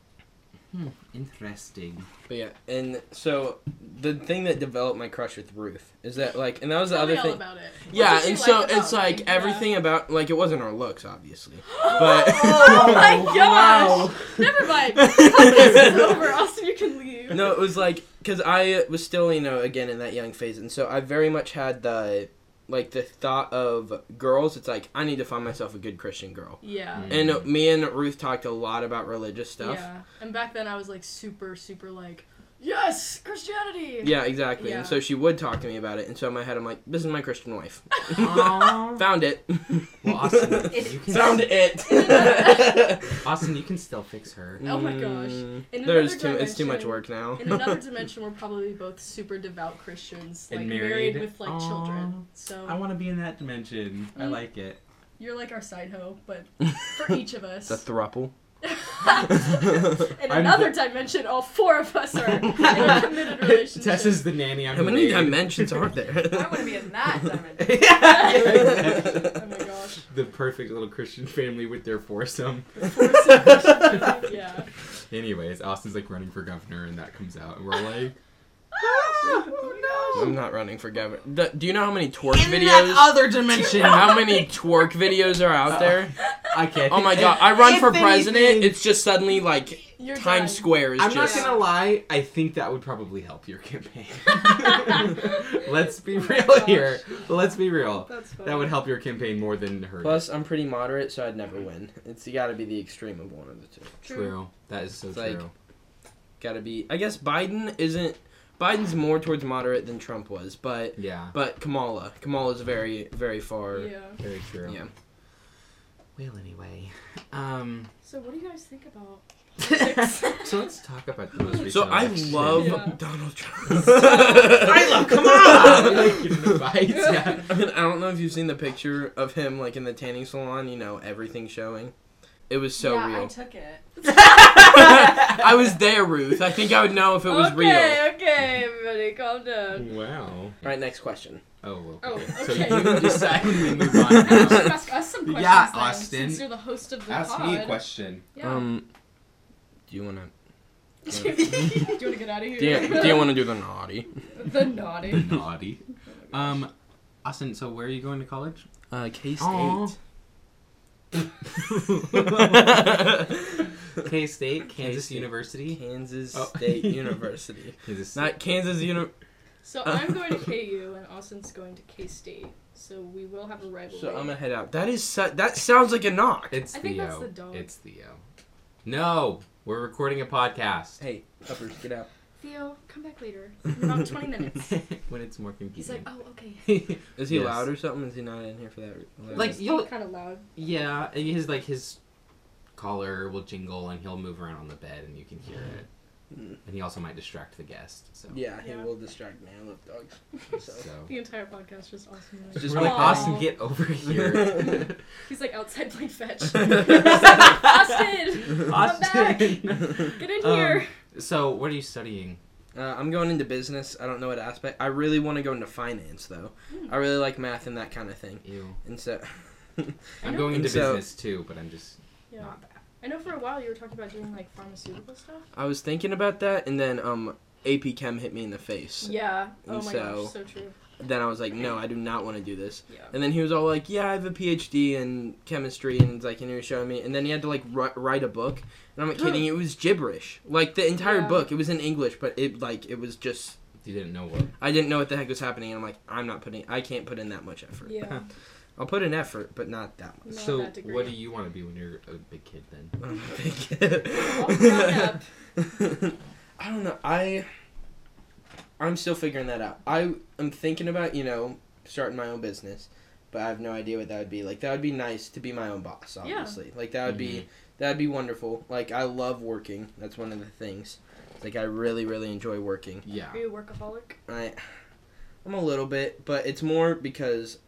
Speaker 4: hmm, interesting.
Speaker 1: But yeah, and so the thing that developed my crush with Ruth is that like, and that was the
Speaker 3: Tell me
Speaker 1: other
Speaker 3: all
Speaker 1: thing.
Speaker 3: about it.
Speaker 1: Yeah,
Speaker 3: did you
Speaker 1: and
Speaker 3: like
Speaker 1: so
Speaker 3: about
Speaker 1: it's
Speaker 3: me?
Speaker 1: like
Speaker 3: Yeah.
Speaker 1: everything about like it wasn't our looks, obviously, but
Speaker 3: Oh my
Speaker 4: Wow.
Speaker 3: gosh! Never mind. This is over, Austin. You can leave.
Speaker 1: no, it was like because I was still you know again in that young phase, and so I very much had the like the thought of girls. It's like I need to find myself a good Christian girl,
Speaker 3: Yeah.
Speaker 1: and me and Ruth talked a lot about religious stuff.
Speaker 3: Yeah. And back then I was like super, super like, yes, Christianity.
Speaker 1: Yeah, exactly.
Speaker 3: Yeah.
Speaker 1: And so she would talk to me about it, and so in my head I'm like, this is my Christian wife.
Speaker 4: Aw.
Speaker 1: Found it.
Speaker 4: well, Austin, you can
Speaker 1: Found it.
Speaker 4: Austin, you can still fix her.
Speaker 3: Oh my gosh.
Speaker 1: Mm,
Speaker 3: In
Speaker 1: There's too.
Speaker 3: another
Speaker 1: It's too much
Speaker 3: dimension-
Speaker 1: work now.
Speaker 3: In another dimension, we're probably both super devout Christians, like
Speaker 4: And
Speaker 3: married.
Speaker 4: married.
Speaker 3: with like
Speaker 4: Aw.
Speaker 3: children. So
Speaker 4: I want to be in that dimension. I
Speaker 3: Mm.
Speaker 4: like it.
Speaker 3: you're like our side hoe, but for each of us.
Speaker 1: the thruple.
Speaker 7: In
Speaker 4: I'm
Speaker 7: another
Speaker 4: the-
Speaker 7: dimension, all four of us are in a committed relationship.
Speaker 4: Tess is the nanny. I'm
Speaker 1: How
Speaker 4: the
Speaker 1: many
Speaker 4: maid.
Speaker 1: dimensions are there?
Speaker 6: I want to be in that diamond.
Speaker 4: yeah, yeah,
Speaker 7: oh my
Speaker 4: exactly.
Speaker 7: gosh.
Speaker 4: the perfect little Christian family with their foursome.
Speaker 7: Yeah.
Speaker 4: Anyways, Austin's like running for governor, and that comes out, and we're like,
Speaker 1: Ah, I'm not running for governor. Do, do you know how many twerk
Speaker 4: in that
Speaker 1: videos?
Speaker 4: other dimension.
Speaker 1: how many twerk videos are out there?
Speaker 4: Okay.
Speaker 1: Oh my god! I run
Speaker 4: If
Speaker 1: for president.
Speaker 4: anything-
Speaker 1: It's just suddenly like
Speaker 7: You're done.
Speaker 1: Times Square is
Speaker 4: I'm
Speaker 1: just.
Speaker 4: not gonna lie. I think that would probably help your campaign. Let's be real here. Let's be real.
Speaker 3: That's funny.
Speaker 4: That would help your campaign more than her.
Speaker 1: Plus, I'm pretty moderate, so I'd never win. It's got to be the extreme of one of the two.
Speaker 4: true. That is so
Speaker 1: It's like-
Speaker 4: true.
Speaker 1: Got to be. I guess Biden isn't. Biden's more towards moderate than Trump was, but
Speaker 4: yeah.
Speaker 1: but Kamala. Kamala's very very far.
Speaker 7: Yeah.
Speaker 4: Very true.
Speaker 1: Yeah.
Speaker 4: Well, anyway. Um.
Speaker 3: So what do you guys think about?
Speaker 4: So let's talk about the most recent.
Speaker 1: So I
Speaker 4: election.
Speaker 1: love
Speaker 7: Yeah.
Speaker 1: Donald Trump.
Speaker 4: I love Kamala. like, in the fights, yeah.
Speaker 1: I mean, I don't know if you've seen the picture of him like in the tanning salon. You know, everything showing. It was so
Speaker 6: yeah, I
Speaker 1: real.
Speaker 6: took it.
Speaker 1: I was there, Ruth. I think I would know if it was
Speaker 7: okay,
Speaker 1: real.
Speaker 7: okay, everybody, calm down.
Speaker 4: Wow.
Speaker 1: All right, next question.
Speaker 4: Oh.
Speaker 3: Oh,
Speaker 4: Okay.
Speaker 3: okay.
Speaker 4: So
Speaker 3: you
Speaker 4: you decide when we move on.
Speaker 3: should
Speaker 4: Now.
Speaker 3: ask us some questions.
Speaker 4: Yeah,
Speaker 3: then,
Speaker 4: Austin.
Speaker 3: Since you're the host of the
Speaker 4: Ask
Speaker 3: pod.
Speaker 4: me a question.
Speaker 3: Yeah.
Speaker 1: Um, do you wanna?
Speaker 3: do you want to get out of here?
Speaker 1: Do you, do you wanna do the naughty?
Speaker 3: the naughty.
Speaker 4: Naughty. Um, Austin. So where are you going to college?
Speaker 1: Uh, K
Speaker 4: Aw. K State, Kansas
Speaker 1: K-State.
Speaker 4: University.
Speaker 1: Kansas
Speaker 4: Oh.
Speaker 1: State University.
Speaker 4: Kansas.
Speaker 1: Not Kansas Uni.
Speaker 3: So
Speaker 1: Uh.
Speaker 3: I'm going to KU and Austin's going to K State. So we will have a rivalry.
Speaker 1: So I'm gonna head out. That is su- that sounds like a knock.
Speaker 4: It's
Speaker 3: I think
Speaker 4: Theo.
Speaker 3: that's the dog.
Speaker 4: It's Theo. No, we're recording a podcast.
Speaker 1: Hey, uppers, get out.
Speaker 3: Theo, come back later. In about 20 minutes.
Speaker 4: when it's more
Speaker 3: He's like,
Speaker 4: confusing.
Speaker 3: oh, okay.
Speaker 1: Is he
Speaker 4: Yes.
Speaker 1: loud or something? Is he not in here for that? re- loud?
Speaker 4: Like, you'll-
Speaker 3: kind of loud.
Speaker 4: yeah, and his like his collar will jingle and he'll move around on the bed and you can hear it.
Speaker 1: Mm.
Speaker 4: And he also might distract the guest. So
Speaker 1: yeah, he
Speaker 3: Yeah.
Speaker 1: will distract me. I love dogs. So.
Speaker 4: So.
Speaker 3: The entire podcast just Austin. Like,
Speaker 1: Just
Speaker 4: We're like,
Speaker 1: Aw.
Speaker 4: Austin, get over here.
Speaker 3: He's like outside playing fetch. He's like, Austin,
Speaker 4: Austin.
Speaker 3: get in
Speaker 4: Um,
Speaker 3: here.
Speaker 4: so, what are you studying?
Speaker 1: Uh, I'm going into business. I don't know what aspect. I really want to go into finance though.
Speaker 3: Hmm.
Speaker 1: I really like math and that kind of thing.
Speaker 4: You.
Speaker 1: And so,
Speaker 4: I'm going
Speaker 1: And
Speaker 4: into
Speaker 1: so-
Speaker 4: business too, but I'm just
Speaker 3: Yeah.
Speaker 4: not that.
Speaker 3: I know for a while you were talking about doing like pharmaceutical stuff.
Speaker 1: I was thinking about that, and then um, AP Chem hit me in the face.
Speaker 3: Yeah.
Speaker 1: Oh
Speaker 3: Oh
Speaker 1: my
Speaker 3: my
Speaker 1: So-
Speaker 3: gosh, so true.
Speaker 1: Then I was like, no, I do not want to do this.
Speaker 3: Yeah.
Speaker 1: And then he was all like, yeah, I have a PhD in chemistry, and it's like, and he was showing me, and then he had to like ri- write a book, and I'm not kidding, it was gibberish. Like the entire
Speaker 3: Yeah.
Speaker 1: book, it was in English, but it like it was just.
Speaker 4: You didn't know what.
Speaker 1: I didn't know what the heck was happening, and I'm like, I'm not putting, I can't put in that much effort.
Speaker 3: Yeah.
Speaker 1: I'll put in effort, but not that much.
Speaker 3: Not
Speaker 4: so,
Speaker 3: that degree.
Speaker 4: what do you want to be when you're a big kid then?
Speaker 1: I'm a big
Speaker 3: All grown
Speaker 1: kid.
Speaker 3: up.
Speaker 1: I don't know. I I'm still figuring that out. I am thinking about, you know, starting my own business, but I have no idea what that would be. Like that would be nice to be my own boss, obviously. Like that would
Speaker 4: Mm-hmm.
Speaker 1: be that would be wonderful. Like I love working. That's one of the things. Like I really really enjoy working.
Speaker 4: Yeah.
Speaker 3: Are you a workaholic?
Speaker 1: I I'm a little bit, but it's more because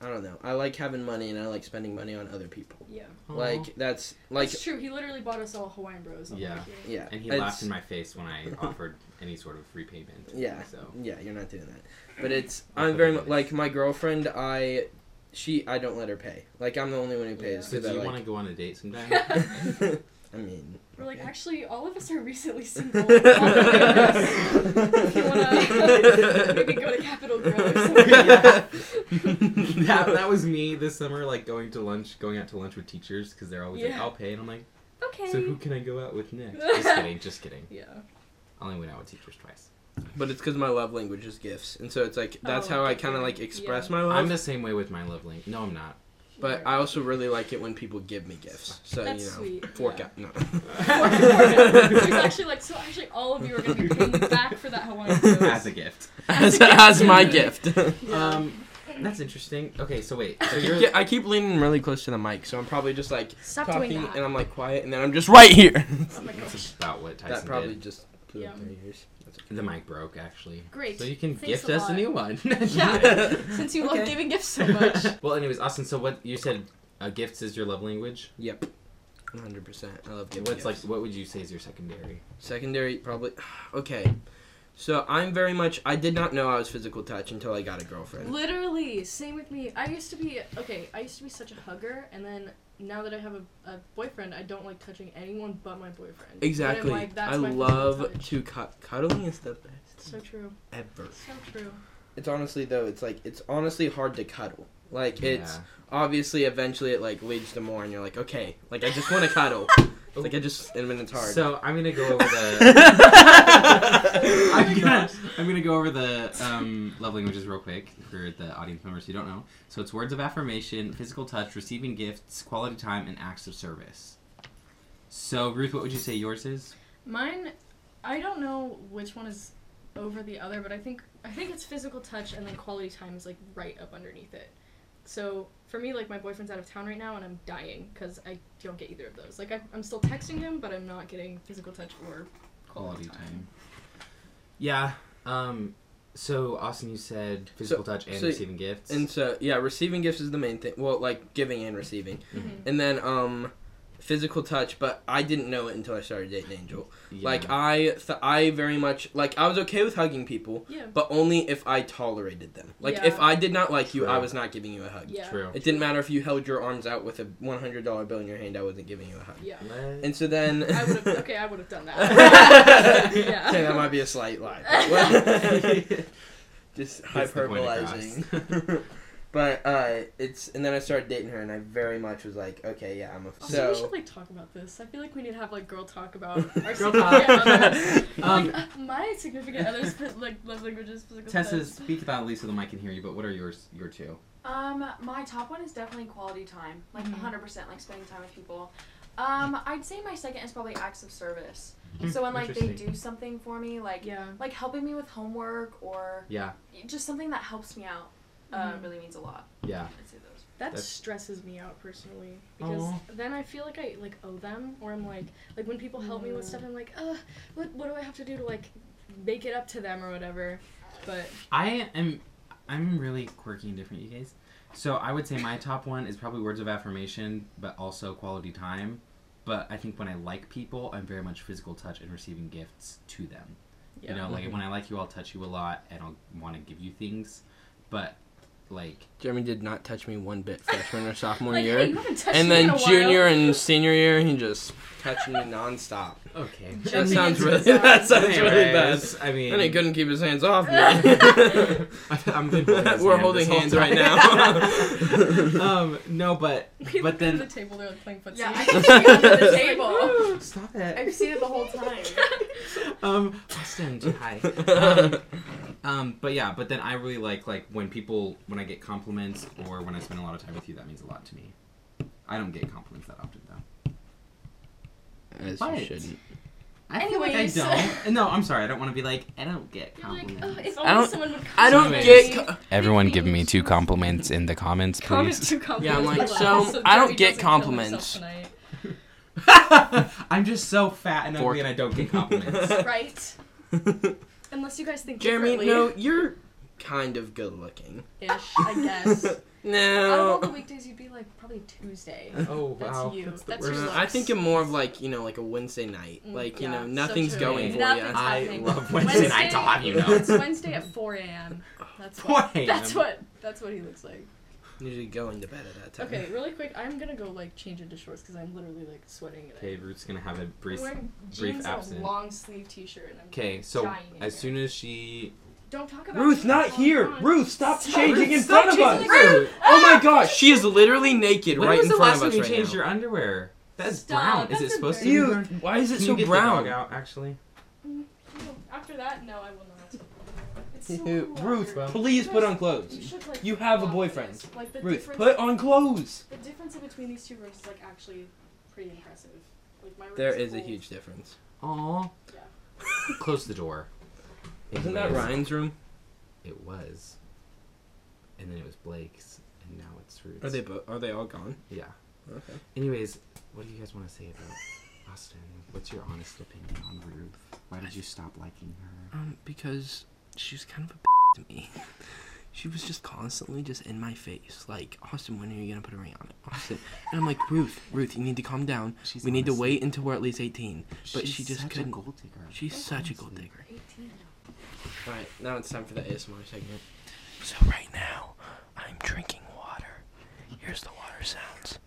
Speaker 1: I don't know. I like having money and I like spending money on other people.
Speaker 3: Yeah.
Speaker 1: Like that's like
Speaker 3: That's true. He literally bought us all Hawaiian Bros. over
Speaker 4: Yeah.
Speaker 3: here.
Speaker 1: yeah.
Speaker 4: And he
Speaker 1: it's-
Speaker 4: laughed in my face when I offered any sort of repayment.
Speaker 1: Yeah.
Speaker 4: So
Speaker 1: Yeah, you're not doing that. But it's
Speaker 4: I'll
Speaker 1: I'm
Speaker 4: put
Speaker 1: very
Speaker 4: it
Speaker 1: much
Speaker 4: in.
Speaker 1: like my girlfriend. I she I don't let her pay. Like I'm the only one who
Speaker 3: Yeah.
Speaker 1: pays.
Speaker 4: So do
Speaker 1: that,
Speaker 4: you
Speaker 1: like-
Speaker 4: want to go on a date sometime?
Speaker 1: I mean.
Speaker 3: We're like,
Speaker 1: okay.
Speaker 3: actually, all of us are recently single. if you wanna maybe go to Capitol Grill or something.
Speaker 4: Yeah. that, that was me this summer, like going to lunch, going out to lunch with teachers because they're always like,
Speaker 3: Yeah.
Speaker 4: "I'll pay," and I'm like,
Speaker 3: Okay.
Speaker 4: "So who can I go out with next?" just kidding, just kidding.
Speaker 3: yeah.
Speaker 4: I only went out with teachers twice.
Speaker 1: But it's because my love language is gifts, and so it's like that's
Speaker 3: Oh,
Speaker 1: how I
Speaker 3: okay.
Speaker 1: kind of like express my love.
Speaker 4: I'm the same way with my love link. No, I'm not.
Speaker 1: but I also really like it when people give me gifts. So
Speaker 3: That's
Speaker 1: you know,
Speaker 3: sweet.
Speaker 1: fork
Speaker 3: yeah.
Speaker 1: out. No.
Speaker 3: He's actually like, so actually, all of you are going to be paying back for that Hawaiian Bros.
Speaker 4: As a gift.
Speaker 1: as, as my gift.
Speaker 3: Yeah.
Speaker 4: Um, that's interesting. Okay, so wait. So you're
Speaker 1: yeah, I keep leaning really close to the mic, so I'm probably just like
Speaker 3: Stop
Speaker 1: talking,
Speaker 3: doing that.
Speaker 1: and I'm like quiet, and then I'm just right here.
Speaker 3: Oh my gosh.
Speaker 4: that's about what Tyson
Speaker 1: that probably
Speaker 4: did.
Speaker 1: just blew up
Speaker 3: Yeah.
Speaker 1: my ears. That's
Speaker 4: The mic broke actually.
Speaker 3: Great.
Speaker 4: So you can
Speaker 3: Thanks
Speaker 4: gift
Speaker 3: a
Speaker 4: us a
Speaker 3: lot.
Speaker 4: new one.
Speaker 3: Yeah. Since you
Speaker 1: Okay.
Speaker 3: love giving gifts so much.
Speaker 4: well, anyways, Austin. So what you said? Uh, gifts is your love language.
Speaker 1: Yep. One hundred percent. I love giving.
Speaker 4: What's like?
Speaker 1: gifts.
Speaker 4: What would you say is your secondary?
Speaker 1: secondary? Probably. Okay, so I'm very much. I did not know I was physical touch until I got a girlfriend.
Speaker 3: Literally, same with me. I used to be okay. I used to be such a hugger, and then now that I have a, a boyfriend, I don't like touching anyone but my boyfriend. But I'm
Speaker 1: Exactly.
Speaker 3: like, that's
Speaker 1: I
Speaker 3: my physical
Speaker 1: love
Speaker 3: touch.
Speaker 1: to cut. Cuddling is the best
Speaker 3: So true.
Speaker 1: ever.
Speaker 3: So true.
Speaker 1: It's honestly though. It's like it's honestly hard to cuddle. Like it's
Speaker 4: Yeah.
Speaker 1: obviously eventually it like leads to more, and you're like, okay, like I just want to cuddle. It's like I just and then it's hard.
Speaker 4: So I'm gonna go over the. I'm, gonna,
Speaker 1: Gosh.
Speaker 4: I'm gonna go over the um, love languages real quick for the audience members who don't know. So it's words of affirmation, physical touch, receiving gifts, quality time, and acts of service. So Ruth, what would you say yours is?
Speaker 3: Mine, I don't know which one is over the other, but I think I think it's physical touch and then quality time is like right up underneath it. So for me, like my boyfriend's out of town right now, and I'm dying because I don't get either of those. Like I, I'm still texting him, but I'm not getting physical touch or
Speaker 4: Quality time. Yeah. Um. So Austin, you said physical touch and
Speaker 1: so-
Speaker 4: receiving gifts.
Speaker 1: And so yeah, receiving gifts is the main thing. Well, like giving and receiving,
Speaker 3: Mhm.
Speaker 1: and then um, physical touch. But I didn't know it until I started dating Angel.
Speaker 4: Yeah.
Speaker 1: Like I, th- I very much like I was okay with hugging people,
Speaker 3: Yeah.
Speaker 1: but only if I tolerated them. Like
Speaker 3: Yeah.
Speaker 1: if I did not like you, I
Speaker 4: True.
Speaker 1: was not giving you a hug.
Speaker 3: Yeah.
Speaker 4: True.
Speaker 1: It didn't matter if you held your arms out with a one hundred dollar bill in your hand. I wasn't giving you a hug.
Speaker 3: Yeah.
Speaker 4: Let-
Speaker 1: And so then.
Speaker 3: I would have. Okay, I would have done that. yeah.
Speaker 1: okay, that might be a slight lie. but- Just
Speaker 4: Hits the point across.
Speaker 1: hyperbolizing. but uh, it's and then I started dating her, and I very much was like, okay, yeah, I'm a
Speaker 3: Also, Oh, we should
Speaker 1: so.
Speaker 3: like talk about this. I feel like we need to have like girl talk about our
Speaker 4: Girl
Speaker 3: girl
Speaker 4: talk.
Speaker 3: others.
Speaker 4: Um,
Speaker 3: like, uh, my significant others fit, like love languages, physical.
Speaker 4: Tessa,
Speaker 3: touch.
Speaker 4: speak without Lisa, the mic can hear you. But what are yours? Your two.
Speaker 6: Um, my top one is definitely quality time, like
Speaker 3: Mhm.
Speaker 6: 100%, like spending time with people. Um, I'd say my second is probably acts of service. So when like they
Speaker 4: Mm-hmm. Interesting.
Speaker 6: do something for me, like
Speaker 3: Yeah.
Speaker 6: like helping me with homework or
Speaker 4: Yeah.
Speaker 6: just something that helps me out, uh,
Speaker 3: Mhm.
Speaker 6: really means a lot.
Speaker 4: Yeah.
Speaker 6: I'd say those.
Speaker 3: That
Speaker 4: That's-
Speaker 3: stresses me out personally because
Speaker 4: Aw.
Speaker 3: then I feel like I like owe them, or I'm like like when people help me with stuff, I'm like, uh, what what do I have to do to like make it up to them or whatever? But
Speaker 4: I am I'm really quirky and different, you guys. So I would say my top one is probably words of affirmation, but also quality time. But I think when I like people, I'm very much physical touch and receiving gifts to them.
Speaker 3: Yeah.
Speaker 4: You know, like when I like you, I'll touch you a lot and I'll want to give you things. But like,
Speaker 1: Jeremy did not touch me one bit freshman or sophomore
Speaker 3: like
Speaker 1: year,
Speaker 3: hey, you haven't touched
Speaker 1: and
Speaker 3: me in
Speaker 1: then
Speaker 3: a
Speaker 1: junior
Speaker 3: while.
Speaker 1: and senior year, he just touched me nonstop.
Speaker 4: okay,
Speaker 1: That
Speaker 3: Jeremy
Speaker 1: sounds
Speaker 3: did
Speaker 1: really.
Speaker 3: too,
Speaker 1: That
Speaker 3: sorry.
Speaker 1: sounds really bad.
Speaker 4: I mean,
Speaker 1: And he couldn't keep his hands off me.
Speaker 4: I'm been holding his
Speaker 1: We're
Speaker 4: hand
Speaker 1: holding
Speaker 4: this whole
Speaker 1: hands right
Speaker 4: time.
Speaker 1: now.
Speaker 4: um, no, but
Speaker 3: People
Speaker 4: but
Speaker 3: go to the
Speaker 4: then
Speaker 3: table, they're like playing footsie.
Speaker 6: Yeah, I can see it under the table.
Speaker 4: stop it.
Speaker 6: I've seen it the whole time.
Speaker 4: um, Austin, hi. Um, um, but yeah, but then I really like like when people when I get compliments or when I spend a lot of time with you, that means a lot to me. I don't get compliments that often though.
Speaker 1: As
Speaker 4: But-
Speaker 1: you shouldn't.
Speaker 4: I feel like I
Speaker 3: Anyways.
Speaker 4: don't. no, I'm sorry. I don't want to be like I don't get
Speaker 3: You're like,
Speaker 4: compliments.
Speaker 3: oh, if
Speaker 1: I
Speaker 3: only
Speaker 1: don't-
Speaker 3: someone would
Speaker 1: I don't
Speaker 3: compliment
Speaker 1: get.
Speaker 3: me."
Speaker 1: Co-
Speaker 9: Everyone give me two compliments in the comments,
Speaker 3: Comment
Speaker 9: please.
Speaker 3: two compliments.
Speaker 1: Yeah, I'm like,
Speaker 3: below,
Speaker 1: so, I don't
Speaker 3: Joey doesn't
Speaker 1: get
Speaker 3: kill himself
Speaker 1: compliments.
Speaker 3: tonight.
Speaker 4: I'm just so fat and
Speaker 1: Fork.
Speaker 4: ugly, and I don't get compliments.
Speaker 3: Right? Unless you guys think
Speaker 1: Jeremy,
Speaker 3: differently.
Speaker 1: no, you're kind of good looking.
Speaker 3: Ish, I guess. Out of all
Speaker 1: No.
Speaker 3: the weekdays, you'd be like probably Tuesday.
Speaker 4: oh
Speaker 3: That's
Speaker 4: wow,
Speaker 3: you.
Speaker 4: the
Speaker 3: That's
Speaker 4: worst.
Speaker 3: your
Speaker 1: Uh, I think I'm more of like, you know, like a Wednesday night.
Speaker 3: Mm,
Speaker 1: Like, you
Speaker 3: yeah,
Speaker 1: know,
Speaker 3: so
Speaker 1: nothing's
Speaker 3: true.
Speaker 1: going for
Speaker 3: Nothing's
Speaker 1: you.
Speaker 4: I
Speaker 3: happening.
Speaker 4: love Wednesday nights. I'll have you know.
Speaker 3: It's Wednesday at 4 a.m. That's what.
Speaker 4: 4 a.m..
Speaker 3: That's what. That's what he looks like.
Speaker 1: I'm usually going to bed at that time.
Speaker 3: Okay, really quick, I'm gonna go like change into shorts because I'm literally like sweating. and I-
Speaker 4: Okay, Ruth's gonna have a
Speaker 3: I'm
Speaker 4: brief.
Speaker 3: wearing
Speaker 4: brief
Speaker 3: jeans and
Speaker 4: absent.
Speaker 3: a long sleeve T-shirt. And I'm
Speaker 4: Okay, so
Speaker 3: dying in
Speaker 4: as
Speaker 3: here.
Speaker 4: soon as she
Speaker 3: Don't talk about
Speaker 1: Ruth,
Speaker 3: me.
Speaker 1: not
Speaker 3: Oh,
Speaker 1: here!
Speaker 3: God.
Speaker 1: Ruth, stop
Speaker 3: Stop,
Speaker 1: changing
Speaker 3: Ruth,
Speaker 1: in
Speaker 3: stop
Speaker 1: front of
Speaker 3: changing
Speaker 1: us!
Speaker 3: in front of-
Speaker 1: Oh my gosh, she is literally naked
Speaker 4: When
Speaker 1: right
Speaker 4: was
Speaker 1: in
Speaker 4: the
Speaker 1: front of
Speaker 4: last time
Speaker 1: us
Speaker 4: you
Speaker 1: right
Speaker 4: changed
Speaker 1: now.
Speaker 4: your underwear? That's
Speaker 3: Stop,
Speaker 4: brown. is
Speaker 3: that's
Speaker 4: it supposed to be
Speaker 1: Ew,
Speaker 4: brown?
Speaker 1: why is it
Speaker 4: Can you
Speaker 1: so
Speaker 4: get the dog
Speaker 1: brown?
Speaker 4: out, actually?
Speaker 3: No, After that, no, I will not. It's so
Speaker 1: Ew,
Speaker 3: hot.
Speaker 1: Ruth,
Speaker 4: Well-
Speaker 1: please put on
Speaker 3: You
Speaker 1: clothes.
Speaker 3: should, like,
Speaker 1: You have a
Speaker 3: not
Speaker 1: boyfriend.
Speaker 3: this. Like, the
Speaker 1: Ruth,
Speaker 3: difference-
Speaker 1: put on clothes!
Speaker 3: The difference in between these two rooms is like actually pretty impressive. Like my room
Speaker 1: There is a
Speaker 3: cold.
Speaker 1: huge difference.
Speaker 4: Aw.
Speaker 3: Yeah.
Speaker 4: Close the door.
Speaker 1: Isn't that
Speaker 4: Anyways,
Speaker 1: Ryan's room?
Speaker 4: It was. And then it was Blake's, and now it's Ruth's.
Speaker 1: Are they bo- are they all gone?
Speaker 4: Yeah.
Speaker 1: Okay.
Speaker 4: Anyways, what do you guys want to say about Austin? What's your honest opinion on Ruth? Why did you stop liking her?
Speaker 1: Um, because she was kind of a to me. She was just constantly just in my face, like Austin, when are you gonna put a ring on it? opposite. And I'm like, Ruth, Ruth, you need to calm down.
Speaker 4: She's
Speaker 1: we need to
Speaker 4: honestly-
Speaker 1: wait until we're at least 18. But
Speaker 4: she's
Speaker 1: she just
Speaker 4: such a
Speaker 1: couldn't.
Speaker 4: gold digger.
Speaker 1: She's such a gold
Speaker 4: Honestly.
Speaker 1: digger.
Speaker 6: 18.
Speaker 1: All right, now it's time for the ASMR segment. So right now, I'm drinking water. Here's the water sounds.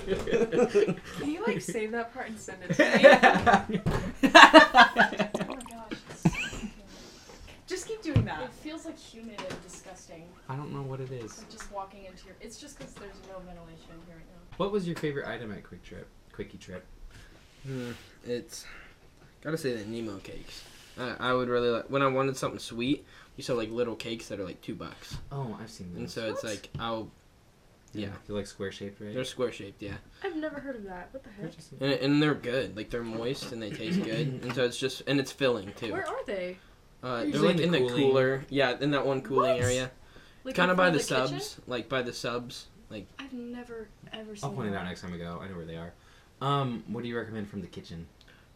Speaker 6: Can you like save that part and send it to me? oh my gosh. it's so fucking- Just keep doing that.
Speaker 3: It feels like humid and disgusting.
Speaker 4: I don't know what it is.
Speaker 3: Like just walking into your. It's just because there's no ventilation here right now.
Speaker 4: What was your favorite item at Quick Trip? Quickie Trip.
Speaker 1: Hmm, it's gotta say the Nemo cakes. I, I would really like when I wanted something sweet. You sell like little cakes that are like two bucks,
Speaker 4: Oh, I've seen those.
Speaker 1: and so it's
Speaker 3: What?
Speaker 1: like I'll yeah,
Speaker 4: They're like square shaped, right?
Speaker 1: they're square shaped, yeah,
Speaker 3: I've never heard of that. What the
Speaker 4: They're
Speaker 3: heck?
Speaker 4: just-
Speaker 1: and and they're good. Like they're moist and they taste good, and so it's just and it's filling too.
Speaker 3: Where are they?
Speaker 1: Uh, they're
Speaker 4: Usually
Speaker 1: like in
Speaker 4: in
Speaker 1: the
Speaker 4: the cooling.
Speaker 1: cooler, yeah, in that one cooling
Speaker 3: What?
Speaker 1: area,
Speaker 3: Like
Speaker 1: kind
Speaker 3: in
Speaker 1: of by
Speaker 3: front
Speaker 1: the,
Speaker 3: kitchen?
Speaker 1: subs, like by the subs.
Speaker 3: I've never ever seen.
Speaker 4: I'll point it
Speaker 3: that.
Speaker 4: out next time we go. I know where they are. Um, what do you recommend from the kitchen?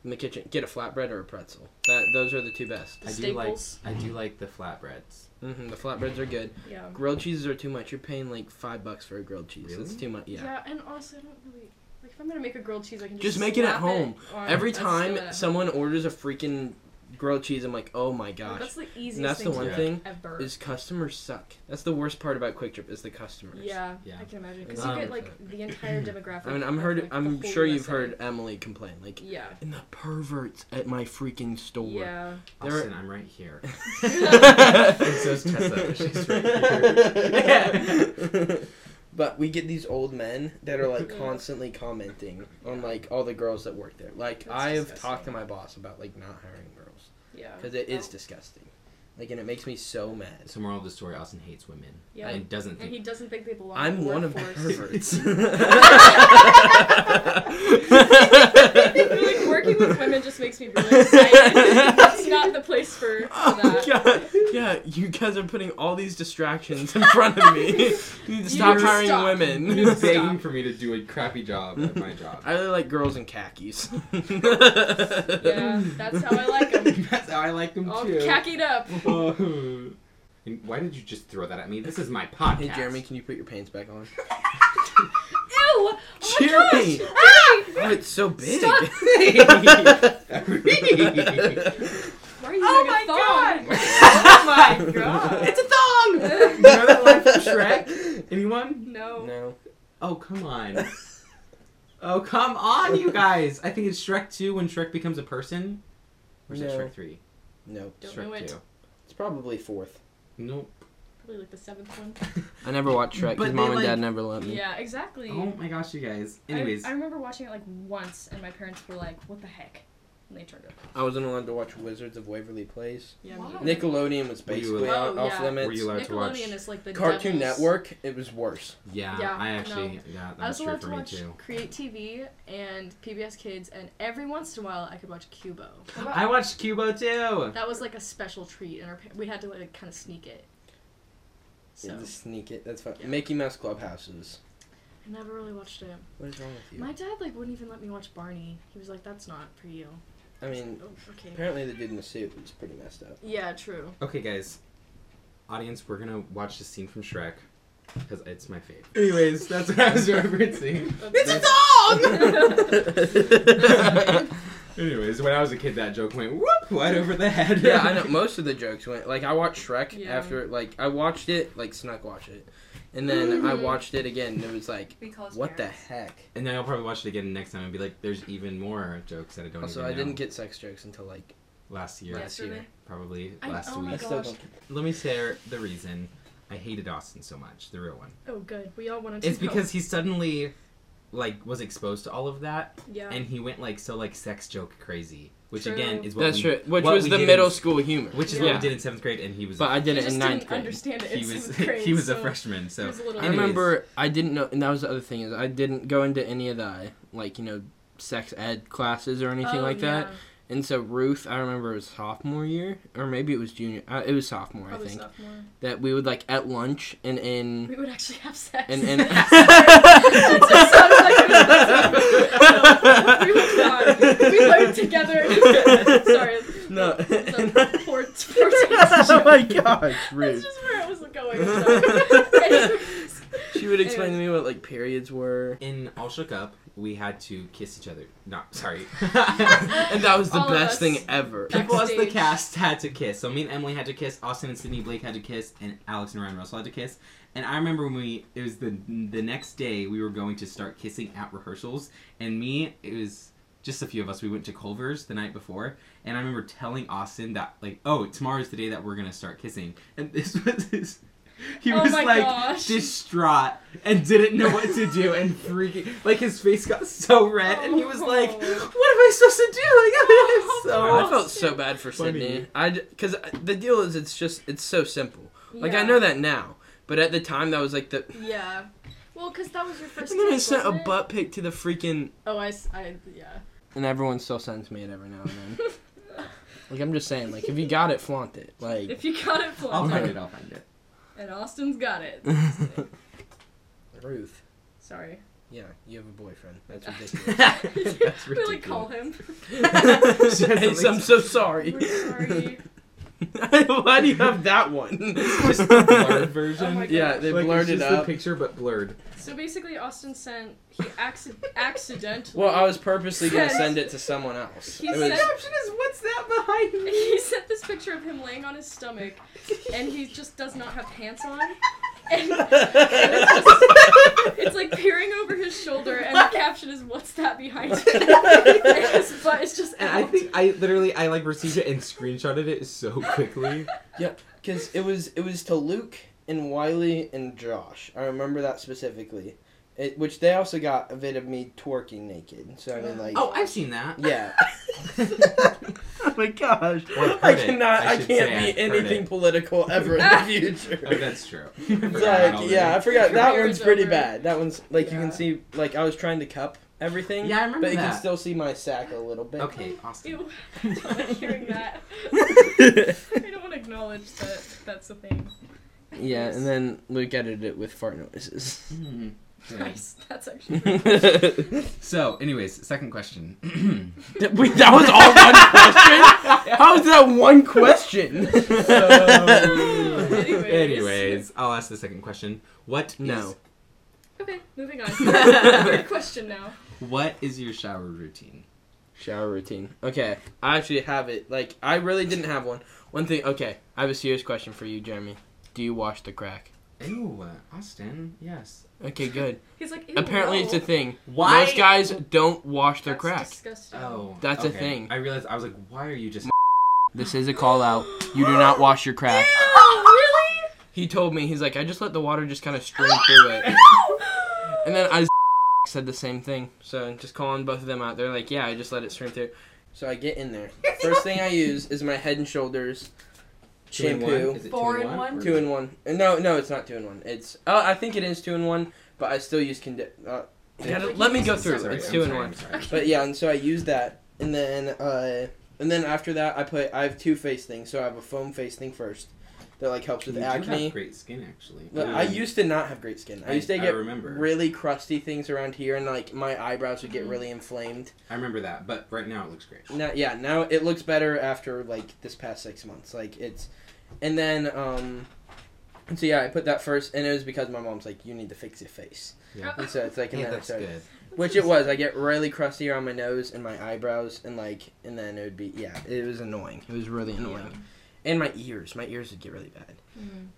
Speaker 1: in the kitchen. Get a flatbread or a pretzel. That those are the two best.
Speaker 3: The
Speaker 4: I
Speaker 3: staples.
Speaker 4: do like I do like the flatbreads.
Speaker 1: hmm the flatbreads are good.
Speaker 3: Yeah.
Speaker 1: Grilled cheeses are too much. You're paying like five bucks for a grilled cheese. That's
Speaker 4: Really?
Speaker 1: too much.
Speaker 3: yeah.
Speaker 1: Yeah.
Speaker 3: and also I don't really like if I'm gonna make a grilled cheese, I can just
Speaker 1: Just make it at
Speaker 3: slap
Speaker 1: home.
Speaker 3: on-
Speaker 1: Every
Speaker 3: let's do it at
Speaker 1: time
Speaker 3: home.
Speaker 1: someone orders a freaking grilled cheese, I'm like, oh my
Speaker 3: Like,
Speaker 1: gosh.
Speaker 3: that's the easiest
Speaker 1: And that's the
Speaker 3: thing
Speaker 1: one
Speaker 3: to
Speaker 1: thing
Speaker 3: do ever.
Speaker 1: is customers suck. That's the worst part about Quick Trip is the customers.
Speaker 3: yeah,
Speaker 4: Yeah.
Speaker 3: I can imagine because
Speaker 1: Um,
Speaker 3: you get like the entire demographic.
Speaker 1: I mean, I'm
Speaker 3: of,
Speaker 1: heard.
Speaker 3: like, the
Speaker 1: I'm
Speaker 3: whole
Speaker 1: sure you've
Speaker 3: USA.
Speaker 1: heard Emily complain like,
Speaker 3: Yeah.
Speaker 1: and the perverts at my freaking store.
Speaker 3: Yeah.
Speaker 1: There-
Speaker 4: Austin, I'm right here.
Speaker 1: and
Speaker 4: so's Tessa. She's right
Speaker 1: here. but we get these old men that are like
Speaker 3: Yeah.
Speaker 1: constantly commenting on like all the girls that work there. Like
Speaker 3: That's
Speaker 1: I have
Speaker 3: disgusting.
Speaker 1: talked to my boss about like not hiring girls
Speaker 3: Yeah.
Speaker 1: because it is
Speaker 3: Oh.
Speaker 1: disgusting. Like and it makes me so mad.
Speaker 4: So moral of the story: Austin hates women
Speaker 3: Yeah.
Speaker 4: and doesn't
Speaker 3: And
Speaker 4: think.
Speaker 3: he doesn't think they belong. in
Speaker 1: I'm
Speaker 3: the
Speaker 1: one of the
Speaker 3: workforce.
Speaker 1: perverts.
Speaker 3: like working with women just makes me really excited. it's not the place for, for
Speaker 1: Oh
Speaker 3: that.
Speaker 1: god! Yeah, you guys are putting all these distractions in front of me. you need to stop
Speaker 3: need to
Speaker 1: hiring
Speaker 3: stop.
Speaker 1: women.
Speaker 3: You need to stop.
Speaker 4: for me to do a crappy job at my job.
Speaker 1: I really like girls in khakis.
Speaker 3: Yeah,
Speaker 1: yeah,
Speaker 3: that's how I like 'em.
Speaker 4: That's how I like them
Speaker 3: All
Speaker 4: too.
Speaker 3: khakkied up.
Speaker 4: Oh. And why did you just throw that at me? This is my podcast.
Speaker 1: Hey Jeremy, can you put your pants back on?
Speaker 3: Ew! Oh my gosh!
Speaker 1: Jeremy!
Speaker 3: Hey!
Speaker 1: Oh, it's so big.
Speaker 3: Stop. Why are you
Speaker 6: Oh
Speaker 3: wearing
Speaker 6: my
Speaker 3: a thong?
Speaker 6: god! oh my god!
Speaker 4: It's a thong. you know that line from Shrek? Anyone?
Speaker 3: No.
Speaker 1: No.
Speaker 4: Oh come on. Oh come on, you guys! I think it's Shrek Two when Shrek becomes a person. Or is
Speaker 1: No.
Speaker 4: that Shrek Three?
Speaker 1: No.
Speaker 3: Don't
Speaker 4: Shrek
Speaker 3: know it.
Speaker 4: Two.
Speaker 1: It's probably fourth.
Speaker 4: Nope.
Speaker 3: Probably like the seventh one.
Speaker 1: I never watched Shrek
Speaker 4: But
Speaker 1: because
Speaker 4: they,
Speaker 1: mom and
Speaker 4: like-
Speaker 1: dad never let me.
Speaker 3: Yeah, exactly.
Speaker 4: Oh my gosh, you guys.
Speaker 3: I-
Speaker 4: Anyways,
Speaker 3: I, remember watching it like once, and my parents were like, "What the heck?" And they turned it. off.
Speaker 1: I wasn't allowed to watch Wizards of Waverly Place.
Speaker 3: Yeah.
Speaker 6: Why?
Speaker 3: me either.
Speaker 1: Nickelodeon was
Speaker 4: Were you
Speaker 1: basically
Speaker 3: allowed-
Speaker 1: o-
Speaker 3: Oh,
Speaker 1: off
Speaker 3: yeah.
Speaker 1: limits.
Speaker 4: were you allowed to watch?
Speaker 3: Nickelodeon is like the
Speaker 1: Cartoon
Speaker 3: devil's-
Speaker 1: Network, it was worse.
Speaker 4: Yeah,
Speaker 3: Yeah,
Speaker 4: I
Speaker 3: no.
Speaker 4: actually. Yeah,
Speaker 3: I
Speaker 4: that's
Speaker 3: was
Speaker 4: true
Speaker 3: allowed
Speaker 4: for
Speaker 3: to
Speaker 4: me
Speaker 3: watch
Speaker 4: too.
Speaker 3: Create TV and PBS Kids, and every once in a while I could watch Cubo.
Speaker 4: I watched Cubo too.
Speaker 3: That was like a special treat, and our pa- we had to like kind of sneak it. So
Speaker 1: Yeah, just sneak it. That's fine.
Speaker 3: Yeah.
Speaker 1: Mickey Mouse Clubhouses.
Speaker 3: I never really watched it.
Speaker 1: What is wrong with you?
Speaker 3: My dad like wouldn't even let me watch Barney. He was like, "That's not for you."
Speaker 1: I mean,
Speaker 3: Oh, okay.
Speaker 1: apparently the dude in the suit was pretty messed up.
Speaker 3: Yeah, true.
Speaker 4: Okay, guys, audience, we're gonna watch the scene from Shrek because it's my favorite. Anyways, that's what I was referencing.
Speaker 3: It's a
Speaker 4: Anyways, when I was a kid, that joke went whoop right over the head.
Speaker 1: yeah, I know. Most of the jokes went like I watched Shrek
Speaker 3: Yeah.
Speaker 1: after like I watched it like snuck watch it, and then I
Speaker 3: Mm.
Speaker 1: watched it again. and It was like
Speaker 6: We call his
Speaker 1: what the
Speaker 6: parents.
Speaker 1: heck.
Speaker 4: And then I'll probably watch it again next time and be like, "There's even more jokes that I don't."
Speaker 1: Also,
Speaker 4: even
Speaker 1: I didn't
Speaker 4: know.
Speaker 1: get sex jokes until like
Speaker 4: last year,
Speaker 1: last year.
Speaker 6: Yesterday?
Speaker 4: probably
Speaker 3: I-
Speaker 4: last
Speaker 3: oh my
Speaker 1: I
Speaker 4: week.
Speaker 1: still
Speaker 3: gosh.
Speaker 1: don't.
Speaker 4: Let me share the reason I hated Austin so much. The real one.
Speaker 3: Oh, good. We all wanted to.
Speaker 4: It's
Speaker 3: know.
Speaker 4: because he suddenly, like, was exposed to all of that,
Speaker 3: yeah.
Speaker 4: and he went like so like sex joke crazy, which
Speaker 3: True.
Speaker 4: again is what
Speaker 1: That's
Speaker 4: we,
Speaker 1: true. Which
Speaker 4: what
Speaker 1: was
Speaker 4: we
Speaker 1: the
Speaker 4: did
Speaker 1: middle
Speaker 4: in-
Speaker 1: school humor.
Speaker 4: which is
Speaker 1: yeah.
Speaker 4: what we did in seventh grade, and he was
Speaker 1: But I did
Speaker 3: He
Speaker 1: it
Speaker 3: just
Speaker 1: in ninth
Speaker 3: didn't
Speaker 1: grade.
Speaker 3: understand it. in
Speaker 4: he was
Speaker 3: seventh grade,
Speaker 4: he was a
Speaker 3: so-
Speaker 4: freshman, so
Speaker 3: he was a little
Speaker 1: I
Speaker 3: Anyways.
Speaker 1: remember I didn't know, and that was the other thing is I didn't go into any of the like you know sex ed classes or anything
Speaker 3: Oh,
Speaker 1: like that.
Speaker 3: yeah.
Speaker 1: And so Ruth, I remember it was sophomore year, or maybe it was junior. Uh, it was sophomore,
Speaker 3: Probably
Speaker 1: I think.
Speaker 3: sophomore.
Speaker 1: That we would like at lunch and in
Speaker 3: We would actually have sex.
Speaker 1: and and
Speaker 3: It just sounds like it was- we would not. We learned together. Sorry.
Speaker 1: no
Speaker 3: It's a poor, poor
Speaker 10: oh my gosh, Ruth.
Speaker 7: That's just where I was going. I'm sorry.
Speaker 1: She would explain to me what like periods were,
Speaker 4: In All Shook Up, we had to kiss each other. Not sorry.
Speaker 1: and that was the
Speaker 3: All of
Speaker 1: best
Speaker 3: us.
Speaker 1: thing ever.
Speaker 4: People as the
Speaker 3: Backstage.
Speaker 4: cast had to kiss. So me and Emily had to kiss. Austin and Sydney Blake had to kiss, and Alex and Ryan Russell had to kiss. And I remember when we it was the the next day we were going to start kissing at rehearsals, and me it was just a few of us. We went to Culver's the night before, and I remember telling Austin that like, oh, tomorrow's the day that we're gonna start kissing, and this was his. He
Speaker 3: Oh
Speaker 4: was
Speaker 3: my
Speaker 4: like
Speaker 3: gosh.
Speaker 4: distraught and didn't know what to do and freaking like his face got so red and he was like,
Speaker 3: Oh.
Speaker 4: "What am I supposed to do?" Like, I was so
Speaker 1: Oh, I felt so bad for
Speaker 4: Funny.
Speaker 1: Sydney. I because the deal is it's just it's so simple. Like I
Speaker 3: Yeah.
Speaker 1: know that now, but at the time that was like the.
Speaker 3: Yeah. Well, because that was your first.
Speaker 1: And then I
Speaker 3: kiss,
Speaker 1: sent a
Speaker 3: wasn't it?
Speaker 1: butt pic to the freaking.
Speaker 7: oh, I, s- I- yeah.
Speaker 1: And everyone still sends me it every now and then. like I'm just saying, like if you got it, flaunt it. Like.
Speaker 3: If you got it,
Speaker 1: Oh
Speaker 4: I'll
Speaker 3: flaunt
Speaker 4: find
Speaker 3: it.
Speaker 4: it. I'll find it.
Speaker 3: And Austin's got it.
Speaker 1: Ruth.
Speaker 3: Sorry.
Speaker 1: Yeah, you have a boyfriend. That's
Speaker 4: That's
Speaker 3: really call him.
Speaker 4: ridiculous. She has
Speaker 1: ridiculous.
Speaker 4: a
Speaker 1: I'm so sorry.
Speaker 3: We're sorry.
Speaker 1: Why do you have that one?
Speaker 4: Just the blurred version.
Speaker 3: Oh my god.
Speaker 1: yeah, they
Speaker 4: Like, it's
Speaker 1: blurred it
Speaker 4: just
Speaker 1: up.
Speaker 4: The picture, but blurred.
Speaker 3: So basically, Austin sent he acci- accidentally.
Speaker 1: Well, I was purposely gonna
Speaker 3: Sent-
Speaker 1: send it to someone else.
Speaker 3: He
Speaker 1: It
Speaker 3: sent-
Speaker 1: was,
Speaker 4: is what's that behind
Speaker 3: He sent this picture of him laying on his stomach, and he just does not have pants on. And it's, just- it's like peering over his shoulder, and the caption is "What's that behind you?" and his butt is just
Speaker 4: And I
Speaker 3: out.
Speaker 4: think I literally I like received it and screenshotted it so quickly.
Speaker 1: Because it was it was to Luke and Wiley and Josh. I remember that specifically. It, which they also got a bit of me twerking naked. So I mean, like,
Speaker 4: Oh, I've seen that.
Speaker 1: yeah.
Speaker 10: Oh my gosh.
Speaker 4: Well, I've
Speaker 1: I
Speaker 4: heard it.
Speaker 1: cannot. I,
Speaker 4: should say
Speaker 1: can't
Speaker 4: I've
Speaker 1: be
Speaker 4: heard
Speaker 1: anything
Speaker 4: it.
Speaker 1: political ever in the future.
Speaker 4: Oh, that's true.
Speaker 1: It's like, yeah, I forgot that
Speaker 3: Career's
Speaker 1: one's pretty
Speaker 3: over.
Speaker 1: bad. That one's like you
Speaker 3: Yeah.
Speaker 1: can see. Like I was trying to cup everything.
Speaker 4: Yeah, I remember
Speaker 1: But you can
Speaker 4: that.
Speaker 1: still see my sack a little bit.
Speaker 4: Okay, Austin.
Speaker 3: Ew, I don't like hearing that. I don't want to acknowledge that that's a thing.
Speaker 1: Yeah, and then Luke edited it with fart noises.
Speaker 4: Mm, yeah.
Speaker 3: Nice. That's actually. pretty
Speaker 1: that
Speaker 4: So, anyways, second question.
Speaker 1: was all one question. How is that one question?
Speaker 3: Anyways.
Speaker 4: Anyways, I'll ask the second question. What
Speaker 1: No.
Speaker 3: Okay, moving on. Third question now.
Speaker 4: is- what is your shower routine?
Speaker 1: Shower routine. Okay, I actually have it. Like, I really didn't have one. One thing. Okay, I have a serious question for you, Jeremy. Do you wash the crack?
Speaker 4: Ew, Austin. Yes.
Speaker 1: Okay, good.
Speaker 3: He's like. "Ew,
Speaker 1: Apparently,
Speaker 3: no."
Speaker 1: it's a thing.
Speaker 4: Why?
Speaker 1: Most guys don't wash their
Speaker 3: That's
Speaker 1: crack.
Speaker 3: Disgusting.
Speaker 4: Oh,
Speaker 1: That's a
Speaker 4: okay.
Speaker 1: thing.
Speaker 4: I realized I was like, why are you just?
Speaker 1: This is a call out. You do not wash your crack.
Speaker 3: Oh,
Speaker 1: He told me he's like, I just let the water just kind of stream through it. And then I said the same thing. So just calling both of them out. They're like, yeah, I just let it stream through. So I get in there. First thing I use is my Head and Shoulders
Speaker 4: Two in one?
Speaker 1: shampoo.
Speaker 4: Is it
Speaker 6: Four in one?
Speaker 1: Two in one. Uh, No, no, it's not two in one. It's oh, I think it is two in one, but I still use condi- uh, gotta-
Speaker 3: Like,
Speaker 1: Let me
Speaker 3: you
Speaker 1: go
Speaker 3: use
Speaker 1: through.
Speaker 3: separate.
Speaker 1: It's
Speaker 4: I'm
Speaker 1: two in
Speaker 4: sorry,
Speaker 1: one.
Speaker 4: I'm sorry.
Speaker 1: But yeah, and so I use that, and then uh, and then after that, I put I have two face things. So I have a foam face thing first that like helps
Speaker 4: You
Speaker 1: with
Speaker 4: do have
Speaker 1: acne.
Speaker 4: great skin, actually.
Speaker 1: Look,
Speaker 4: Um,
Speaker 1: I used to not have great skin. I used to
Speaker 4: I
Speaker 1: get
Speaker 4: remember.
Speaker 1: really crusty things around here, and like my eyebrows would get really inflamed.
Speaker 4: I remember that, but right now it looks great.
Speaker 1: Now, yeah, now it looks better after like this past six months. Like it's, and then um, and so yeah, I put that first, and it was because my mom's like, you need to fix your face,
Speaker 4: Yeah.
Speaker 1: and so it's like, and
Speaker 4: Yeah,
Speaker 1: then I
Speaker 4: that's
Speaker 1: started-
Speaker 4: good.
Speaker 1: which it was. I get really crusty around my nose and my eyebrows, and like, and then it would be yeah, it was annoying. It was really annoying, and my ears, my ears would get really bad.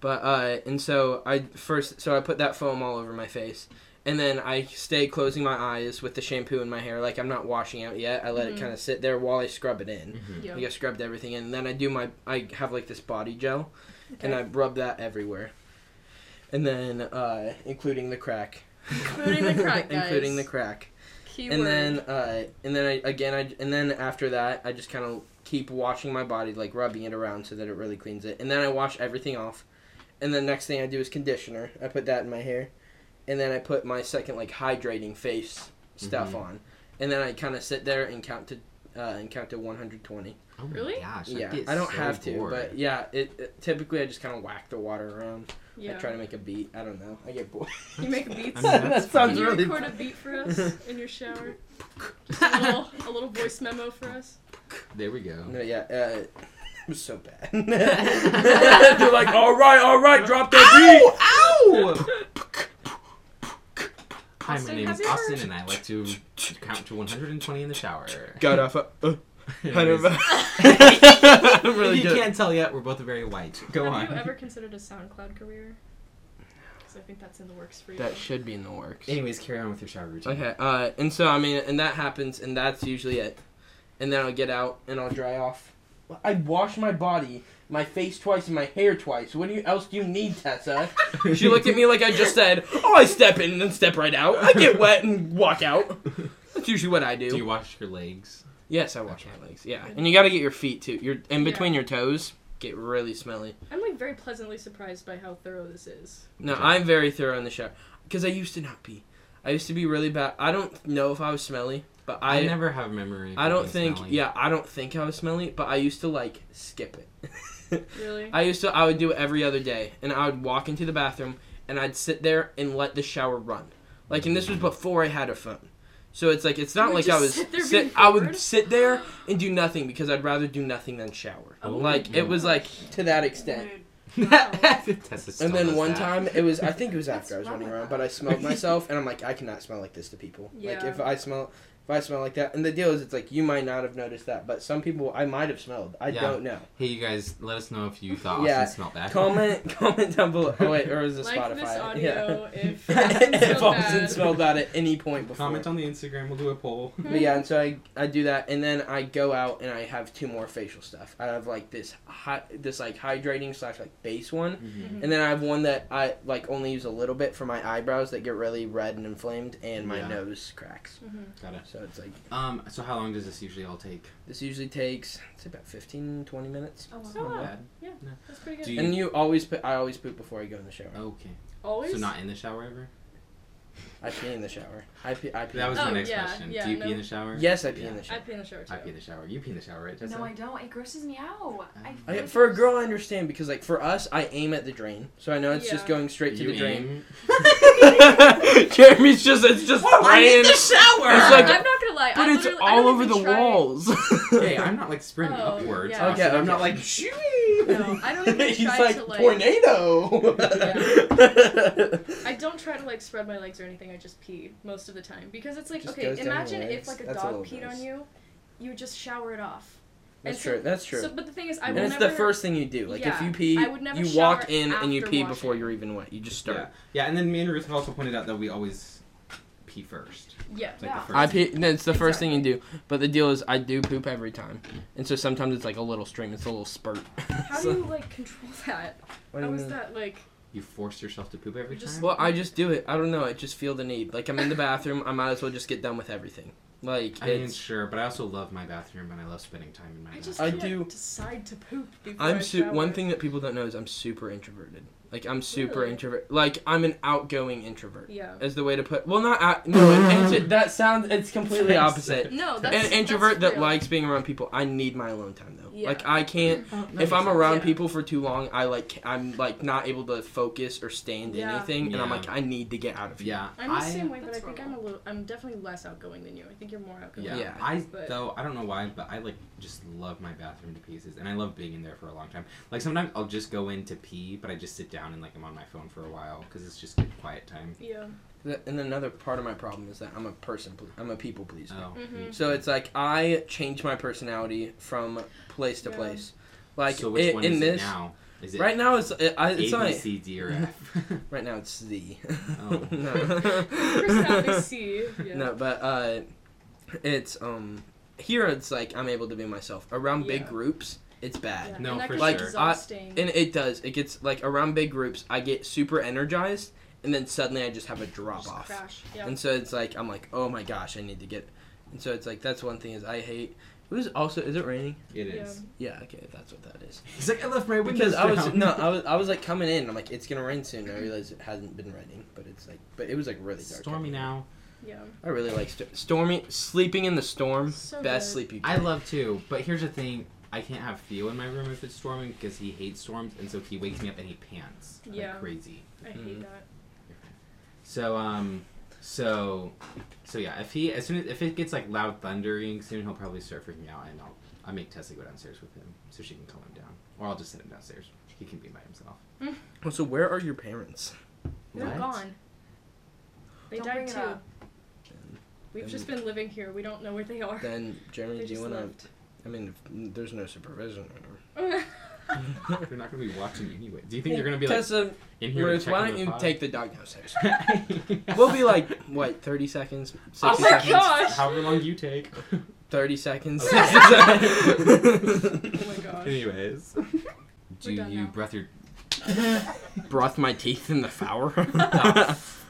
Speaker 1: But uh, and so I first, so I put that foam all over my face, and then I stay closing my eyes with the shampoo in my hair. Like I'm not washing out yet. I let it
Speaker 3: Mhm.
Speaker 1: kind of sit there while I scrub it in.
Speaker 4: Mhm.
Speaker 3: Yeah.
Speaker 1: Like I scrubbed everything in, and then I do my. I have like this body gel, and
Speaker 3: Okay.
Speaker 1: I rub that everywhere, and then uh, including the crack.
Speaker 3: Including the crack, guys.
Speaker 1: including the crack
Speaker 3: Keyword.
Speaker 1: and then uh, and then I, again I and then after that I just kind of keep washing my body like rubbing it around so that it really cleans it and then I wash everything off and then next thing I do is conditioner I put that in my hair and then I put my second like hydrating face stuff
Speaker 4: Mhm.
Speaker 1: on and then I kind of sit there and count to uh, and count to 120
Speaker 4: Oh my
Speaker 3: Really?
Speaker 4: Gosh,
Speaker 1: yeah
Speaker 4: get
Speaker 1: I don't
Speaker 4: so
Speaker 1: have to
Speaker 4: bored.
Speaker 1: but yeah it, it- typically I just kind of whack the water around
Speaker 3: yeah.
Speaker 1: I try to make a beat I don't know I get bored
Speaker 3: You make beats.
Speaker 4: I mean,
Speaker 1: That
Speaker 4: that's
Speaker 1: sounds
Speaker 3: Can you
Speaker 1: really
Speaker 3: record a beat for us in your shower? Just a little, a little voice memo for us.
Speaker 4: There we go.
Speaker 1: no yeah uh, was so bad. They're like, all right, all right, drop that beat.
Speaker 4: Ow! Hi, my
Speaker 3: Austin,
Speaker 4: name
Speaker 3: have
Speaker 4: is
Speaker 3: you
Speaker 4: Austin,
Speaker 3: ever-
Speaker 4: and I like to count to 120 in the shower.
Speaker 1: Got off. a- Uh, I don't
Speaker 4: Anyways,
Speaker 1: know. I'm really
Speaker 4: if you
Speaker 1: good.
Speaker 4: can't tell yet, we're both very white. Go
Speaker 3: Have
Speaker 4: on.
Speaker 3: you ever considered a SoundCloud career? Because I think that's in the works for you.
Speaker 1: That should be in the works.
Speaker 4: Anyways, carry on with your shower routine.
Speaker 1: Okay, uh, and so I mean, and that happens, and that's usually it. And then I'll get out and I'll dry off. I wash my body, my face twice, and my hair twice. What do you, else do you need, Tessa? she looked at me like I just said, "Oh, I step in and then step right out. I get wet and walk out." That's usually what I do.
Speaker 4: Do you wash your legs?
Speaker 1: yes, I wash my legs. Yeah, and you gotta get your feet too. Your in
Speaker 3: Yeah.
Speaker 1: between your toes get really smelly.
Speaker 3: I'm like very pleasantly surprised by how thorough this is.
Speaker 1: No,
Speaker 4: Okay.
Speaker 1: I'm very thorough in the shower because I used to not be. I used to be really bad. I don't know if I was smelly, but
Speaker 4: I,
Speaker 1: I
Speaker 4: never have a memory. of
Speaker 1: I don't
Speaker 4: being
Speaker 1: think
Speaker 4: smelly.
Speaker 1: yeah, I don't think I was smelly, but I used to like skip it.
Speaker 3: Really?
Speaker 1: I used to I would do it every other day and I would walk into the bathroom and I'd sit there and let the shower run. Like and this was before I had a phone. So it's like it's not
Speaker 3: would
Speaker 1: like
Speaker 3: just
Speaker 1: I was
Speaker 3: sit there being
Speaker 1: I would
Speaker 3: bored?
Speaker 1: sit there and do nothing because I'd rather do nothing than shower.
Speaker 3: Oh my
Speaker 1: like it was like to that extent.
Speaker 4: Tessa still
Speaker 1: and then
Speaker 4: does
Speaker 1: one
Speaker 4: that.
Speaker 1: time it was I think it was after I was
Speaker 6: What's wrong
Speaker 1: running
Speaker 6: with
Speaker 1: around,
Speaker 6: that?
Speaker 1: but I smelled myself and I'm like I cannot smell like this to people. Like
Speaker 3: Yeah.
Speaker 1: if I smell if I smell like that, and the deal is it's like you might not have noticed that, but some people I might have smelled. I
Speaker 4: Yeah.
Speaker 1: don't know.
Speaker 4: Hey, you guys, let us know if you thought
Speaker 1: Yeah.
Speaker 4: Austin smelled bad.
Speaker 1: Comment comment down below. Oh wait, or is it
Speaker 3: like
Speaker 1: Spotify?
Speaker 3: this audio if Austin
Speaker 1: if
Speaker 3: smelled
Speaker 1: Austin
Speaker 3: bad.
Speaker 1: smelled that at any point before.
Speaker 4: Comment on the Instagram. We'll do a poll.
Speaker 1: But yeah, and so I, I do that, and then I go out and I have two more facial stuff. I have like this hot, this like hydrating slash like base one,
Speaker 4: Mhm.
Speaker 1: and then I have one that I like only use a little bit for my eyebrows that get really red and inflamed, and my
Speaker 4: Yeah.
Speaker 1: nose cracks.
Speaker 3: Mm-hmm.
Speaker 4: Got it.
Speaker 1: So it's like
Speaker 4: Um. So how long does this usually all take?
Speaker 1: this usually takes it's about 15, 20 minutes.
Speaker 6: Oh, wow.
Speaker 3: Oh, wow.
Speaker 4: Bad.
Speaker 3: That's pretty good.
Speaker 4: Do you-
Speaker 1: And you always put I always poop before I go in the shower.
Speaker 4: Okay.
Speaker 3: Always?
Speaker 4: So not in the shower ever?
Speaker 1: I pee in the shower. I pee. I pee.
Speaker 4: That was my
Speaker 3: Oh,
Speaker 4: next
Speaker 3: yeah,
Speaker 4: question.
Speaker 3: yeah,
Speaker 4: do you
Speaker 3: no.
Speaker 4: pee in the shower?
Speaker 1: yes, I pee in the
Speaker 3: I
Speaker 1: shower.
Speaker 3: pee in the shower too.
Speaker 4: I pee in the shower. You pee in the shower, right? Tessa?
Speaker 6: No, I don't. It grosses me
Speaker 1: Oh.
Speaker 6: out. I
Speaker 1: I, for a girl, I understand because like for us, I aim at the drain, so I know it's just
Speaker 3: Yeah.
Speaker 1: going straight to
Speaker 4: You
Speaker 1: the drain.
Speaker 4: aim-
Speaker 1: Jeremy's just it's just spraying.
Speaker 6: shower.
Speaker 1: It's like-
Speaker 3: I'm not gonna lie.
Speaker 1: but
Speaker 3: I
Speaker 1: it's
Speaker 3: literally- I
Speaker 1: all
Speaker 3: don't
Speaker 1: over
Speaker 3: even
Speaker 1: the
Speaker 3: try-
Speaker 1: walls.
Speaker 4: Hey, I'm not like sprinting
Speaker 3: Oh,
Speaker 4: upwards.
Speaker 3: yeah.
Speaker 4: Austin.
Speaker 1: Okay,
Speaker 4: I'm not like.
Speaker 3: No, I don't even
Speaker 1: He's
Speaker 3: try
Speaker 1: like
Speaker 3: to like.
Speaker 1: tornado.
Speaker 3: I don't try to like spread my legs or anything. I just pee most of the time because it's like
Speaker 1: Just
Speaker 3: okay,
Speaker 1: goes down your
Speaker 3: imagine if
Speaker 1: legs.
Speaker 3: like a
Speaker 1: That's a
Speaker 3: dog
Speaker 1: little
Speaker 3: peed
Speaker 1: gross.
Speaker 3: on you, you would just shower it off.
Speaker 1: That's
Speaker 3: And so-
Speaker 1: true. That's true.
Speaker 3: So, but the thing is, I
Speaker 1: and
Speaker 3: will
Speaker 1: it's
Speaker 3: never.
Speaker 1: the first thing you do. Like if
Speaker 3: Yeah,
Speaker 1: you pee,
Speaker 3: I would never
Speaker 1: you walk
Speaker 3: shower
Speaker 1: in and you
Speaker 3: after
Speaker 1: pee
Speaker 3: washing.
Speaker 1: before you're even wet. You just
Speaker 4: Yeah.
Speaker 1: start.
Speaker 4: yeah, and then me and Ruth have also pointed out that we always pee first.
Speaker 3: Yeah.
Speaker 4: It's like
Speaker 6: Yeah.
Speaker 4: the first
Speaker 1: I pee. No, it's the first thing you do. But the deal is, I do poop every time, and so sometimes it's like a little stream. It's a little spurt.
Speaker 3: How do
Speaker 1: So-
Speaker 3: you like control that?
Speaker 1: What do
Speaker 3: How
Speaker 1: you
Speaker 3: is
Speaker 1: mean?
Speaker 3: that like?
Speaker 4: You force yourself to poop every
Speaker 3: You just-
Speaker 4: time?
Speaker 1: Well, I just do it. I don't know. I just feel the need. Like I'm in the bathroom. I might as well just get done with everything. Like
Speaker 4: I mean,
Speaker 1: it's.
Speaker 4: sure, but I also love my bathroom and I love spending time in my
Speaker 3: I
Speaker 4: bathroom.
Speaker 3: just
Speaker 1: I
Speaker 3: can't
Speaker 1: do-
Speaker 3: decide to poop before I
Speaker 1: I'm su- one
Speaker 3: shower.
Speaker 1: thing that people don't know is I'm super introverted. Like I'm super
Speaker 3: Really?
Speaker 1: introvert. Like I'm an outgoing introvert.
Speaker 3: Yeah.
Speaker 1: Is the way to put. Well, not out, no. An intro- that sounds. It's completely opposite.
Speaker 3: No, that's
Speaker 1: An
Speaker 3: that's
Speaker 1: introvert that
Speaker 3: real.
Speaker 1: likes being around people. I need my alone time though.
Speaker 3: Yeah.
Speaker 1: Like I can't.
Speaker 6: Oh,
Speaker 4: that
Speaker 1: if
Speaker 4: makes
Speaker 1: I'm around
Speaker 3: Yeah.
Speaker 1: people for too long, I like I'm like not able to focus or stand
Speaker 3: Yeah.
Speaker 1: anything, and I'm
Speaker 4: Yeah.
Speaker 1: like I need to get out of here.
Speaker 4: yeah.
Speaker 3: I'm the
Speaker 4: I,
Speaker 3: same way, but I
Speaker 6: That's
Speaker 3: think I'm a
Speaker 6: normal.
Speaker 3: little. I'm definitely less outgoing than you. I think you're more outgoing.
Speaker 4: Yeah.
Speaker 1: Yeah.
Speaker 4: I
Speaker 3: But-
Speaker 4: though I don't know why, but I like just love my bathroom to pieces, and I love being in there for a long time. Like sometimes I'll just go in to pee, but I just sit down and like I'm on my phone for a while because it's just good quiet time.
Speaker 3: Yeah.
Speaker 1: Th- And another part of my problem is that I'm a person. Ple- I'm a people pleaser.
Speaker 4: Oh,
Speaker 3: Mhm.
Speaker 1: So it's like I change my personality from place to
Speaker 3: Yeah.
Speaker 1: place. Like
Speaker 4: so which
Speaker 1: i-
Speaker 4: one
Speaker 1: in
Speaker 4: is
Speaker 1: this
Speaker 4: it now? Is it
Speaker 1: right now it's it, I,
Speaker 4: A,
Speaker 1: it's
Speaker 4: B,
Speaker 1: not
Speaker 4: C, D, or F?
Speaker 1: right now it's the.
Speaker 4: Oh.
Speaker 3: Personality
Speaker 1: no.
Speaker 3: C. Yeah.
Speaker 1: no, but uh, it's um here it's like I'm able to be myself around big
Speaker 3: Yeah.
Speaker 1: groups. It's bad.
Speaker 3: Yeah.
Speaker 4: No,
Speaker 3: and that
Speaker 4: for
Speaker 3: can be
Speaker 1: Like, sure. I-
Speaker 3: Exhausting.
Speaker 1: And it does. It gets like around big groups, I get super energized, and then suddenly I just have a drop
Speaker 3: Just
Speaker 1: off.
Speaker 3: Crash. Yeah.
Speaker 1: And so it's like I'm like, oh my gosh, I need to get. And so it's like that's one thing is I hate. It was also is it raining?
Speaker 4: it
Speaker 3: Yeah.
Speaker 4: is.
Speaker 1: Yeah, okay, that's what that is.
Speaker 4: He's like I left my windows
Speaker 1: Because I was
Speaker 4: down."
Speaker 1: no, I was I was like coming in. I'm like it's gonna rain soon. I realized it hasn't been raining, but it's like but it was like really dark.
Speaker 4: stormy now.
Speaker 3: Yeah.
Speaker 1: I really like st- stormy sleeping in the storm.
Speaker 3: So
Speaker 1: best
Speaker 3: good.
Speaker 1: sleep you.
Speaker 4: I
Speaker 1: Can.
Speaker 4: love too, but here's the thing: I can't have Theo in my room if it's storming because he hates storms, and so he wakes me up and he pants like
Speaker 1: Mm-hmm.
Speaker 3: Yeah.
Speaker 4: crazy.
Speaker 3: I hate
Speaker 1: Mhm.
Speaker 3: that.
Speaker 4: So um, So, so yeah, if he as soon as if it gets like loud thundering soon, he'll probably start freaking out, and I'll I make Tessa go downstairs with him so she can calm him down, or I'll just send him downstairs. He can be by himself.
Speaker 1: Oh, so where are your parents?
Speaker 3: They're
Speaker 4: What?
Speaker 3: gone. They
Speaker 6: Don't
Speaker 3: died
Speaker 6: bring it
Speaker 3: too.
Speaker 6: up.
Speaker 3: We've
Speaker 1: Then-
Speaker 3: just been living here. We don't know where they are.
Speaker 1: Then
Speaker 3: they
Speaker 1: Jeremy, do
Speaker 3: just
Speaker 1: you wanna?
Speaker 3: left.
Speaker 1: I mean, if there's no supervision. or-
Speaker 3: Oh
Speaker 4: they're not gonna be watching anyway. Do you think they're gonna be like
Speaker 1: Tessa,
Speaker 4: in here?
Speaker 1: Ruth,
Speaker 4: checking
Speaker 1: why don't
Speaker 4: the
Speaker 1: you
Speaker 4: pod?
Speaker 1: take the dog downstairs? we'll be like what, thirty seconds, sixty
Speaker 3: Oh my
Speaker 1: seconds,
Speaker 3: gosh!
Speaker 4: However long you take.
Speaker 1: thirty seconds.
Speaker 3: oh my gosh.
Speaker 4: Anyways. Do
Speaker 3: We're done
Speaker 4: you
Speaker 3: now.
Speaker 4: breath your
Speaker 1: Broth my teeth in the flour.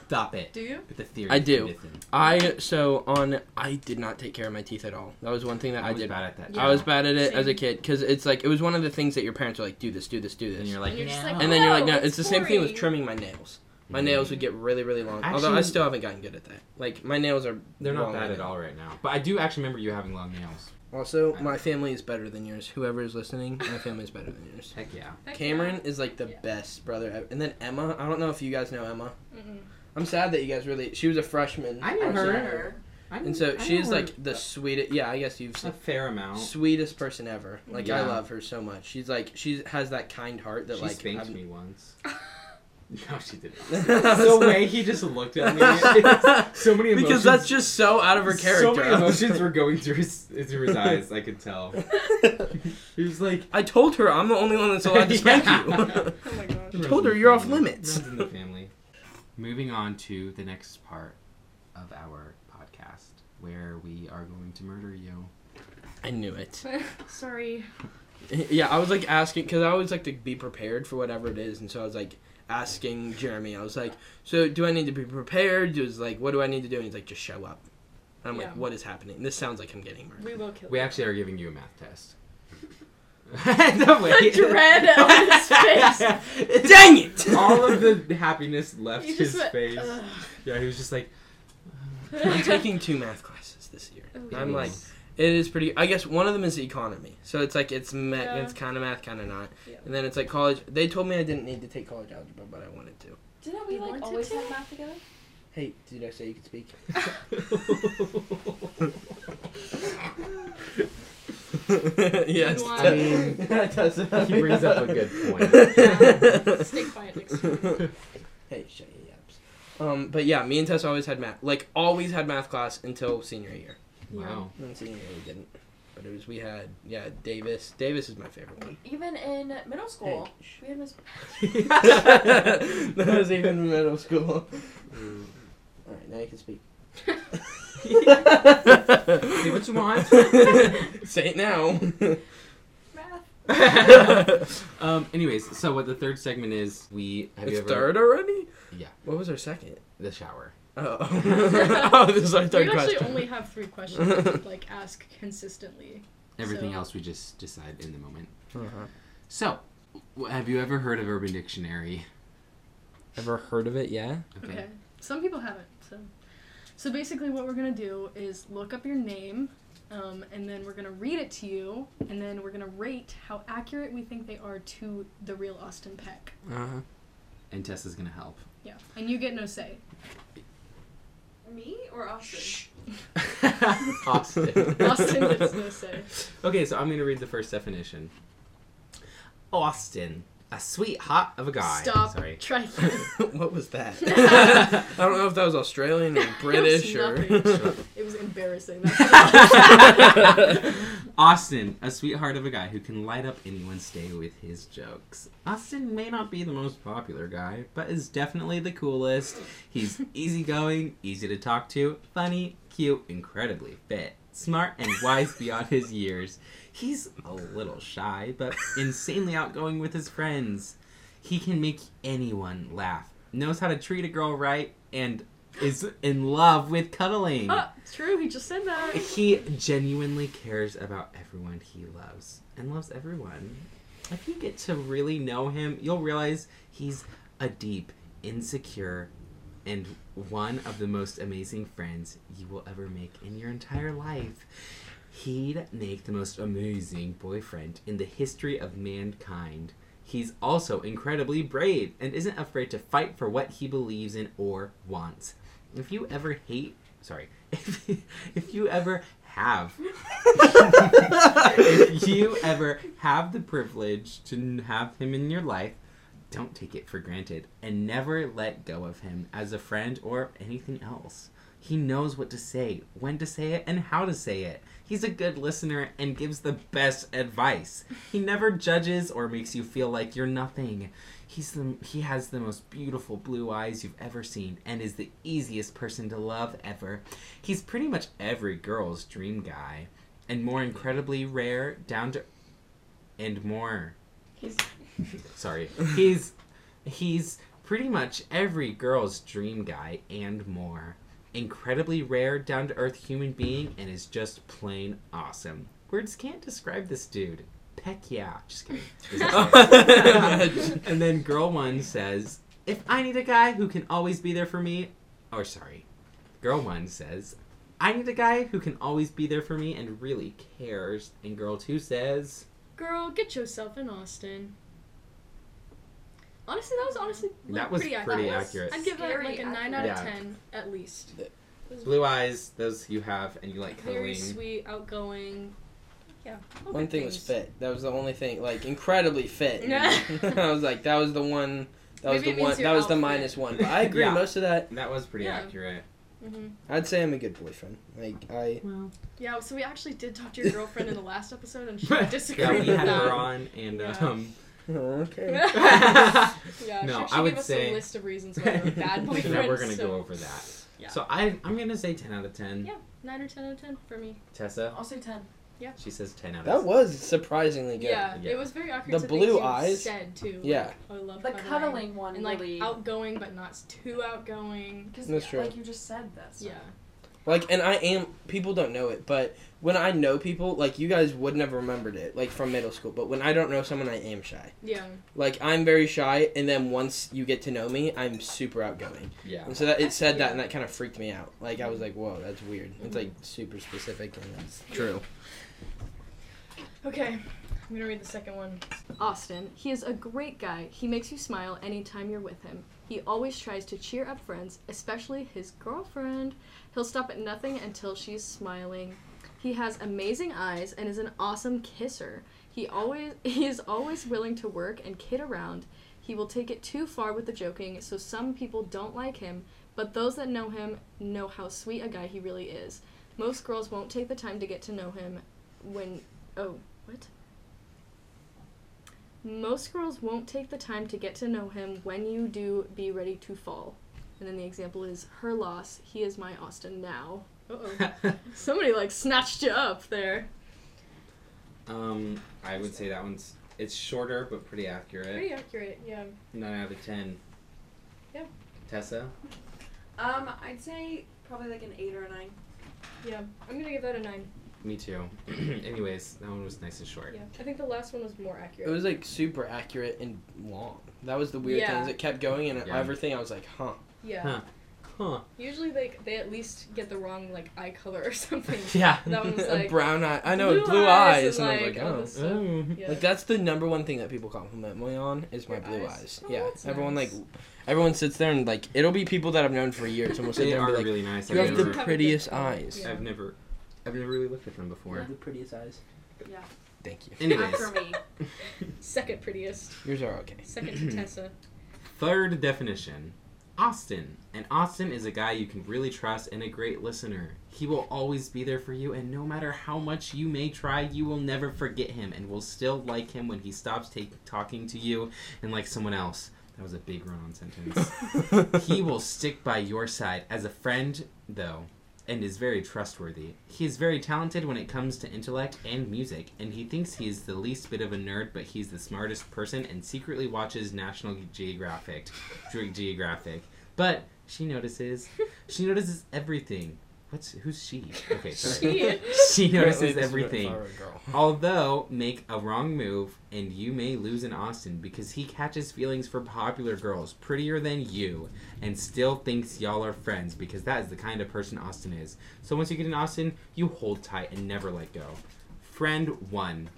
Speaker 4: stop it?
Speaker 3: Do you?
Speaker 4: With the theory.
Speaker 1: I
Speaker 4: of
Speaker 1: do.
Speaker 4: Nathan.
Speaker 1: I so on. I did not take care of my teeth at all. That was one thing that
Speaker 4: I,
Speaker 1: I,
Speaker 4: was
Speaker 1: did.
Speaker 4: bad at that.
Speaker 1: I was bad at it as a
Speaker 3: Same.
Speaker 1: kid because it's like it was one of the things that your parents were like, do this, do this, do this,
Speaker 4: And you're like,
Speaker 3: And you're just
Speaker 4: "No."
Speaker 3: like,
Speaker 1: And then you're like,
Speaker 3: No,
Speaker 1: no, it's,
Speaker 3: it's
Speaker 1: the same thing with
Speaker 3: boring.
Speaker 1: trimming my nails. My nails would get really, really long. Although I
Speaker 4: Actually-
Speaker 1: still haven't gotten good at that. Like my nails are
Speaker 4: They're not
Speaker 1: long
Speaker 4: bad
Speaker 1: right
Speaker 4: at
Speaker 1: now.
Speaker 4: all right now. But I do actually remember you having long nails.
Speaker 1: Also, my family is better than yours. Whoever is listening, my family is better than yours.
Speaker 4: Heck yeah.
Speaker 3: Heck
Speaker 1: Cameron is like the
Speaker 3: Yeah.
Speaker 1: best brother ever. And then Emma, I don't know if you guys know Emma.
Speaker 3: yeah. Mm-mm.
Speaker 1: I'm sad that you guys really. She was a freshman.
Speaker 4: I knew
Speaker 1: was
Speaker 4: her.
Speaker 1: in And so she is like the sweetest. Yeah, I guess you've
Speaker 4: a
Speaker 1: seen.
Speaker 4: fair amount.
Speaker 1: Sweetest person ever. Like I
Speaker 4: Yeah.
Speaker 1: love her so much. She's like she has that kind heart that
Speaker 4: she
Speaker 1: like.
Speaker 4: spanked
Speaker 1: I'm-
Speaker 4: me once. No, she didn't. the way he just looked at me, so many emotions.
Speaker 1: because that's just so out of her
Speaker 4: So
Speaker 1: character.
Speaker 4: many emotions were going through his through his eyes. I could tell. He was like,
Speaker 1: I told her I'm the only one that's allowed to spank
Speaker 4: Yeah.
Speaker 1: you.
Speaker 3: Oh my gosh.
Speaker 1: I told her you're off limits.
Speaker 4: Runs in the family. Moving on to the next part of our podcast, where we are going to murder you.
Speaker 1: I knew it.
Speaker 3: Sorry.
Speaker 1: Yeah, I was like asking because I always like to be prepared for whatever it is, and so I was like asking Jeremy. I was like, "So do I need to be prepared? Is like, what do I need to do?" And he's like, "Just show up." And I'm
Speaker 3: Yeah.
Speaker 1: like, "What is happening? This sounds like I'm getting murdered."
Speaker 3: We will kill
Speaker 4: We
Speaker 3: you.
Speaker 4: actually are giving you a math test. the way
Speaker 3: Dread on his face.
Speaker 1: Dang it!
Speaker 4: All of the happiness left
Speaker 3: You
Speaker 4: his
Speaker 3: just went, uh.
Speaker 4: face.
Speaker 3: "Ugh."
Speaker 4: Yeah, he was just like,
Speaker 1: I'm taking two math classes this year.
Speaker 3: Oh,
Speaker 1: I'm like, it is pretty. I guess one of them is economy, so it's like it's ma-
Speaker 3: Yeah.
Speaker 1: it's kind of math, kind of not.
Speaker 3: Yeah.
Speaker 1: And then it's like college. They told me I didn't need to take college algebra, but I wanted to.
Speaker 6: Didn't we
Speaker 3: You
Speaker 6: like
Speaker 3: wanted
Speaker 6: always
Speaker 3: to?
Speaker 6: have math together?
Speaker 1: Hey, did I say you could speak?
Speaker 3: Good
Speaker 1: yes.
Speaker 3: one.
Speaker 1: I mean, that does.
Speaker 4: he brings up a good point.
Speaker 3: Yeah. Stick by it next time.
Speaker 1: hey, shut your yaps. Um, but yeah, me and Tess always had math. Like always had math class until senior year.
Speaker 4: Wow.
Speaker 1: And then senior year we didn't. But it was we had yeah Davis. Davis is my favorite one.
Speaker 6: Even in middle school,
Speaker 1: Hey.
Speaker 6: we had Miss.
Speaker 1: that was even in middle school. All right, now you can speak.
Speaker 4: See what you want.
Speaker 1: Say it now.
Speaker 6: Math.
Speaker 4: um. Anyways, so what the third segment is? We have
Speaker 1: it's
Speaker 4: you ever
Speaker 1: third already.
Speaker 4: Yeah.
Speaker 1: What was our second?
Speaker 4: the shower.
Speaker 1: Oh, oh this is our
Speaker 3: We
Speaker 1: third
Speaker 3: actually
Speaker 1: question.
Speaker 3: only have three questions we could, like ask consistently.
Speaker 4: Everything
Speaker 3: So-
Speaker 4: else we just decide in the moment.
Speaker 1: Uh-huh.
Speaker 4: So, w- have you ever heard of Urban Dictionary?
Speaker 1: Ever heard of it? Yeah.
Speaker 3: Okay. Some people haven't. So, so basically, what we're gonna do is look up your name, um, and then we're gonna read it to you, and then we're gonna rate how accurate we think they are to the real Austin Peck.
Speaker 1: Uh huh.
Speaker 4: And Tessa's gonna help.
Speaker 3: Yeah. And you get no say.
Speaker 6: Me or Austin?
Speaker 4: Austin.
Speaker 3: Austin gets no say.
Speaker 4: Okay, so I'm gonna read the first definition. Austin, a sweetheart of a guy.
Speaker 3: Stop.
Speaker 4: Sorry.
Speaker 3: Try again.
Speaker 1: what was that? I don't know if that was Australian or British or.
Speaker 3: nothing. It was embarrassing. That's
Speaker 4: Austin, a sweetheart of a guy who can light up anyone's day with his jokes. Austin may not be the most popular guy, but is definitely the coolest. He's easygoing, easy to talk to, funny, cute, incredibly fit, smart, and wise beyond his years. He's a little shy, but insanely outgoing with his friends. He can make anyone laugh, knows how to treat a girl right, and is in love with cuddling.
Speaker 3: oh, true. He just said that.
Speaker 4: He genuinely cares about everyone he loves and loves everyone. If you get to really know him, you'll realize he's a deep, insecure, and one of the most amazing friends you will ever make in your entire life. He'd make the most amazing boyfriend in the history of mankind. He's also incredibly brave and isn't afraid to fight for what he believes in or wants. If you ever hate, sorry, if you, if you ever have, if you ever have the privilege to n- have him in your life, don't take it for granted and never let go of him as a friend or anything else. He knows what to say, when to say it, and how to say it. He's a good listener and gives the best advice. He never judges or makes you feel like you're nothing. He's the, he has the most beautiful blue eyes you've ever seen and is the easiest person to love ever. He's pretty much every girl's dream guy and more incredibly rare down to and more
Speaker 6: He's
Speaker 4: sorry he's he's pretty much every girl's dream guy and more incredibly rare down to earth human being and is just plain awesome words can't describe this dude peck yeah just kidding Is that- and then girl one says, If I need a guy who can always be there for me, or sorry, girl one says, I need a guy who can always be there for me and really cares. And girl two says,
Speaker 3: Girl, get yourself in Austin. Honestly, that was honestly like,
Speaker 4: That was pretty accurate.
Speaker 3: I'd give that
Speaker 6: Scary
Speaker 3: like a nine out
Speaker 6: accurate.
Speaker 3: of
Speaker 4: Yeah.
Speaker 3: ten at least.
Speaker 4: Blue eyes, those you have, and you like
Speaker 3: Very
Speaker 4: cuddling.
Speaker 3: sweet, outgoing. Yeah. all
Speaker 1: One
Speaker 3: good
Speaker 1: thing was
Speaker 3: things.
Speaker 1: fit. That was the only thing, like incredibly fit.
Speaker 3: Yeah.
Speaker 1: I was like, that was the one. That was
Speaker 3: Maybe it
Speaker 1: the
Speaker 3: means
Speaker 1: one.
Speaker 3: your
Speaker 1: That was the
Speaker 3: outfit.
Speaker 1: minus one. But I agree.
Speaker 4: Yeah.
Speaker 1: Most of that,
Speaker 4: That was pretty
Speaker 3: Yeah.
Speaker 4: accurate.
Speaker 3: Mhm.
Speaker 1: I'd say I'm a good boyfriend. Like I.
Speaker 4: Well,
Speaker 3: Yeah, so we actually did talk to your girlfriend in the last episode, and she disagreed
Speaker 4: yeah, we
Speaker 3: with
Speaker 4: had her
Speaker 3: that.
Speaker 4: on, and
Speaker 3: Yeah.
Speaker 4: um,
Speaker 1: Oh, okay.
Speaker 3: yeah,
Speaker 4: No,
Speaker 3: she, she
Speaker 4: I would
Speaker 3: gave us
Speaker 4: say-
Speaker 3: a list of reasons why you're a bad boyfriend.
Speaker 4: yeah, we're gonna
Speaker 3: so-
Speaker 4: go over that.
Speaker 3: Yeah.
Speaker 4: So I, I'm gonna say ten out of ten.
Speaker 3: Yeah. Nine or ten out of ten for me.
Speaker 4: Tessa,
Speaker 6: also 10.
Speaker 4: she says ten out of.
Speaker 1: That was surprisingly good.
Speaker 3: Yeah,
Speaker 4: Yeah.
Speaker 3: it was very accurate. to
Speaker 1: The blue
Speaker 3: things you
Speaker 1: eyes.
Speaker 3: said too.
Speaker 1: Yeah.
Speaker 3: Like, I love
Speaker 6: The cuddling one
Speaker 3: and like
Speaker 6: really.
Speaker 3: outgoing but not too outgoing.
Speaker 6: Because
Speaker 1: That's true.
Speaker 6: like you just said that.
Speaker 3: Yeah,
Speaker 6: stuff.
Speaker 1: Like, and I am. People don't know it, but when I know people, like you guys wouldn't have remembered it, like from middle school. But when I don't know someone, I am shy.
Speaker 3: yeah.
Speaker 1: Like I'm very shy, and then once you get to know me, I'm super outgoing.
Speaker 4: Yeah.
Speaker 1: And so that it said that, and that kind of freaked me out. Like I was like, whoa, that's weird. It's like super specific, and it's true.
Speaker 3: Okay, I'm gonna read the second one. Austin, he is a great guy. He makes you smile anytime you're with him. He always tries to cheer up friends, especially his girlfriend. He'll stop at nothing until she's smiling. He has amazing eyes and is an awesome kisser. He always he is always willing to work and kid around. He will take it too far with the joking, so some people don't like him, but those that know him know how sweet a guy he really is. Most girls won't take the time to get to know him when oh, what? Most girls won't take the time to get to know him. When you do, be ready to fall. And then the example is her loss. He is my Austin now. Uh oh. Somebody like snatched you up there.
Speaker 4: Um, I would say that one's it's shorter but pretty accurate.
Speaker 3: accurate, yeah.
Speaker 4: Nine out of ten.
Speaker 3: Yeah.
Speaker 4: Tessa.
Speaker 6: Um, I'd say probably like an 8 or a 9.
Speaker 3: Yeah. I'm gonna give that a nine.
Speaker 4: Me too. Anyways, that one was nice and short.
Speaker 3: I think the last one was more accurate.
Speaker 1: It was like super accurate and long. That was the weird thing. is
Speaker 3: Yeah.
Speaker 1: It kept going, and
Speaker 4: Yeah.
Speaker 1: everything I was like, huh.
Speaker 3: yeah.
Speaker 4: Huh. Huh.
Speaker 3: Usually they they at least get the wrong like eye color or something.
Speaker 4: Yeah. Um,
Speaker 3: That one was
Speaker 1: a
Speaker 3: like
Speaker 1: brown eye. I know blue, eyes, and, I
Speaker 3: all
Speaker 1: was like, oh.
Speaker 3: this stuff. Yeah.
Speaker 1: Like that's the number one thing that people compliment me on is my
Speaker 3: Your
Speaker 1: blue eyes.
Speaker 3: eyes? Oh,
Speaker 1: yeah,
Speaker 3: that's
Speaker 1: everyone
Speaker 3: nice.
Speaker 1: like, everyone sits there and like it'll be people that I've known for years and will sit
Speaker 4: They
Speaker 1: there
Speaker 4: are
Speaker 1: and be like,
Speaker 4: really nice.
Speaker 1: you
Speaker 4: I've
Speaker 1: have the
Speaker 4: never,
Speaker 3: Have a good
Speaker 1: prettiest
Speaker 3: color.
Speaker 1: eyes.
Speaker 3: Yeah.
Speaker 4: I've never, I've never really looked at them before.
Speaker 1: The prettiest eyes.
Speaker 6: Yeah.
Speaker 1: Thank you.
Speaker 4: Anyways,
Speaker 6: After me.
Speaker 3: Second prettiest.
Speaker 1: Yours are okay.
Speaker 3: Second to Tessa.
Speaker 4: third definition. Austin. And Austin is a guy you can really trust and a great listener. He will always be there for you, and no matter how much you may try, you will never forget him and will still like him when he stops take, talking to you and like someone else. That was a big run on sentence. he will stick by your side as a friend, though, and is very trustworthy. He is very talented when it comes to intellect and music, and he thinks he is the least bit of a nerd, but he's the smartest person and secretly watches National Geographic. Ge- Geographic. But she notices. She notices everything. What's who's she? Okay, sorry.
Speaker 3: She.
Speaker 4: she
Speaker 1: Apparently
Speaker 4: notices
Speaker 1: this is
Speaker 4: everything.
Speaker 1: a girl.
Speaker 4: Although, make a wrong move and you may lose in Austin because he catches feelings for popular girls prettier than you and still thinks y'all are friends because that is the kind of person Austin is. So once you get in Austin, you hold tight and never let go. Friend 1.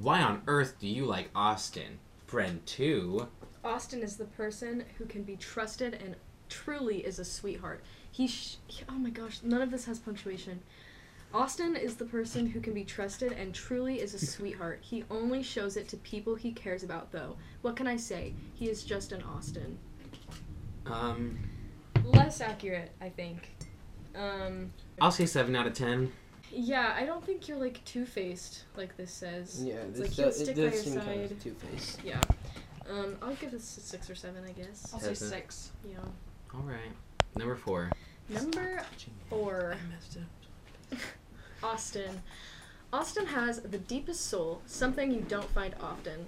Speaker 4: Why on earth do you like Austin? Friend 2.
Speaker 3: Austin is the person who can be trusted and truly is a sweetheart. He, sh- he- oh my gosh, none of this has punctuation. Austin is the person who can be trusted and truly is a sweetheart. He only shows it to people he cares about, though. What can I say? He is just an Austin.
Speaker 4: Um,
Speaker 3: Less accurate, I think. Um,
Speaker 4: I'll say seven out of ten.
Speaker 3: yeah, I don't think you're like two faced, like this says.
Speaker 1: Yeah,
Speaker 3: It's
Speaker 1: this
Speaker 3: like, he'll
Speaker 1: does,
Speaker 3: stick
Speaker 1: it
Speaker 3: by
Speaker 1: does
Speaker 3: your
Speaker 1: seem kind
Speaker 3: side.
Speaker 1: of two faced.
Speaker 3: Yeah. Um, I'll give this a six or seven, I guess.
Speaker 6: I'll say
Speaker 4: Hasn't.
Speaker 6: six.
Speaker 3: Yeah.
Speaker 4: All right. Number four.
Speaker 3: Number four. Austin. Austin has the deepest soul, something you don't find often.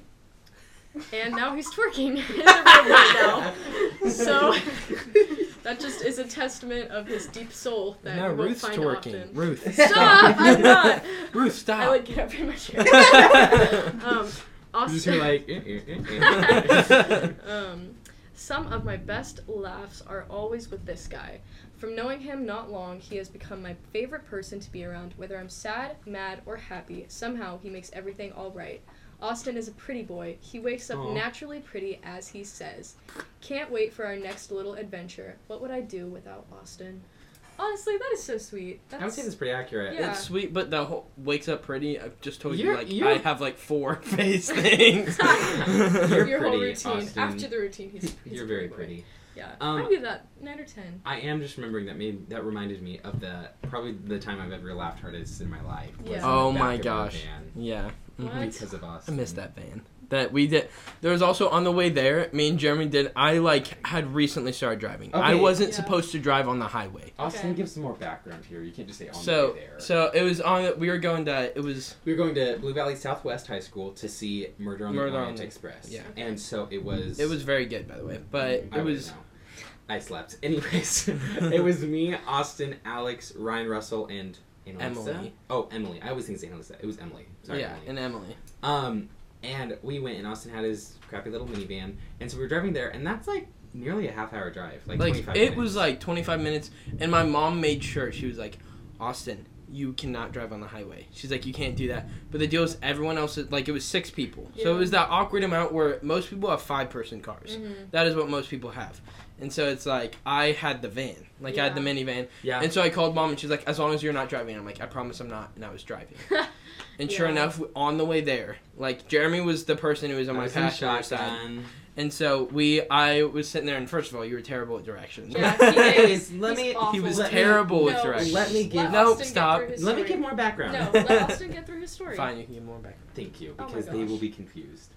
Speaker 3: And now he's twerking in the room right now. So that just is a testament of his deep soul that
Speaker 1: now
Speaker 3: you won't
Speaker 1: Ruth's
Speaker 3: find
Speaker 1: twerking.
Speaker 3: often.
Speaker 1: Ruth,
Speaker 3: Stop! I'm not.
Speaker 1: Ruth,
Speaker 3: I
Speaker 1: stop.
Speaker 3: like get up in my chair. um,
Speaker 4: You
Speaker 3: Austin.
Speaker 4: just hear like. eh, eh, eh, eh.
Speaker 3: um, some of my best laughs are always with this guy. From knowing him not long, he has become my favorite person to be around, whether I'm sad, mad, or happy. Somehow, he makes everything all right. Austin is a pretty boy. He wakes up
Speaker 4: Aw.
Speaker 3: naturally pretty, as he says. Can't wait for our next little adventure. What would I do without Austin? Honestly, that is so sweet. That's,
Speaker 4: I would say that's pretty accurate.
Speaker 3: Yeah.
Speaker 1: It's sweet, but the whole wakes up pretty. I've just told you
Speaker 4: You're-
Speaker 1: like
Speaker 4: you're-
Speaker 1: I have like four face things.
Speaker 4: You're
Speaker 3: your whole
Speaker 4: pretty,
Speaker 3: routine.
Speaker 4: Austin.
Speaker 3: After the routine, he's, he's
Speaker 4: You're
Speaker 3: a
Speaker 4: very
Speaker 3: boy.
Speaker 4: pretty.
Speaker 3: Yeah,
Speaker 4: Um,
Speaker 3: I'll give that nine or ten.
Speaker 4: I am just remembering that made that reminded me of the probably the time I've ever laughed hardest in my life. was
Speaker 3: Yeah.
Speaker 4: in the
Speaker 1: oh
Speaker 4: back
Speaker 1: my
Speaker 4: of a
Speaker 1: gosh.
Speaker 4: van
Speaker 1: Yeah. Mhm.
Speaker 3: What?
Speaker 4: Because of
Speaker 1: I
Speaker 4: Austin.
Speaker 1: missed that van. That we did. There was also on the way there. Me and Jeremy did. I like had recently started driving. I
Speaker 4: Okay.
Speaker 1: wasn't
Speaker 3: Yeah.
Speaker 1: supposed to drive on the highway.
Speaker 4: Austin,
Speaker 3: Okay.
Speaker 4: give some more background here. You can't just say on the
Speaker 1: so
Speaker 4: way there.
Speaker 1: so it was on. We were going to. It was
Speaker 4: we were going to Blue Valley Southwest High School to see Murder on
Speaker 1: Murder
Speaker 4: the
Speaker 1: on
Speaker 4: Orient
Speaker 1: the-
Speaker 4: Express.
Speaker 1: yeah.
Speaker 4: And so it was.
Speaker 1: It was very good, by the way. But
Speaker 4: I
Speaker 1: it was
Speaker 4: wouldn't know. I slept. Anyways, it was me, Austin, Alex, Ryan Russell, and Ana Luisa?
Speaker 1: Emily.
Speaker 4: Oh, Emily. I always think it's Ana Luisa. It was Emily. Sorry.
Speaker 1: yeah,
Speaker 4: Emily.
Speaker 1: and Emily.
Speaker 4: Um, and we went, and Austin had his crappy little minivan, and so we were driving there, and that's like nearly a half hour drive, like,
Speaker 1: Like
Speaker 4: 25
Speaker 1: it
Speaker 4: minutes.
Speaker 1: was like 25 minutes, and my mom made sure she was like, Austin, you cannot drive on the highway. She's like, you can't do that. But the deal is, everyone else like it was six people, so
Speaker 3: Yeah.
Speaker 1: it was that awkward amount where most people have five person cars.
Speaker 3: Mhm.
Speaker 1: That is what most people have. And so it's like I had the van, like I had the
Speaker 3: Yeah.
Speaker 1: minivan,
Speaker 4: yeah.
Speaker 1: and so I called mom, and she's like, "As long as you're not driving," I'm like, "I promise I'm not," and I was driving. And sure
Speaker 3: Yeah.
Speaker 1: enough, on the way there, like Jeremy was the person who was on
Speaker 4: I
Speaker 1: my
Speaker 4: was in
Speaker 1: passenger side,
Speaker 4: shotgun.
Speaker 1: And so we, I was sitting there, and first of all, you were terrible at directions.
Speaker 3: Yeah, he
Speaker 4: Anyways,
Speaker 3: is.
Speaker 4: let
Speaker 3: He's
Speaker 4: me.
Speaker 3: awful.
Speaker 1: he was
Speaker 4: Let me-
Speaker 1: terrible with
Speaker 3: No,
Speaker 1: directions.
Speaker 4: Let me give.
Speaker 3: Let
Speaker 1: No,
Speaker 3: Austin get
Speaker 1: stop.
Speaker 3: through his
Speaker 4: Let me
Speaker 3: story.
Speaker 4: give more background.
Speaker 3: No, let Austin get through his story.
Speaker 1: Fine, you can get more back.
Speaker 4: Thank you,
Speaker 3: Oh my
Speaker 4: because they will
Speaker 3: gosh.
Speaker 4: be confused.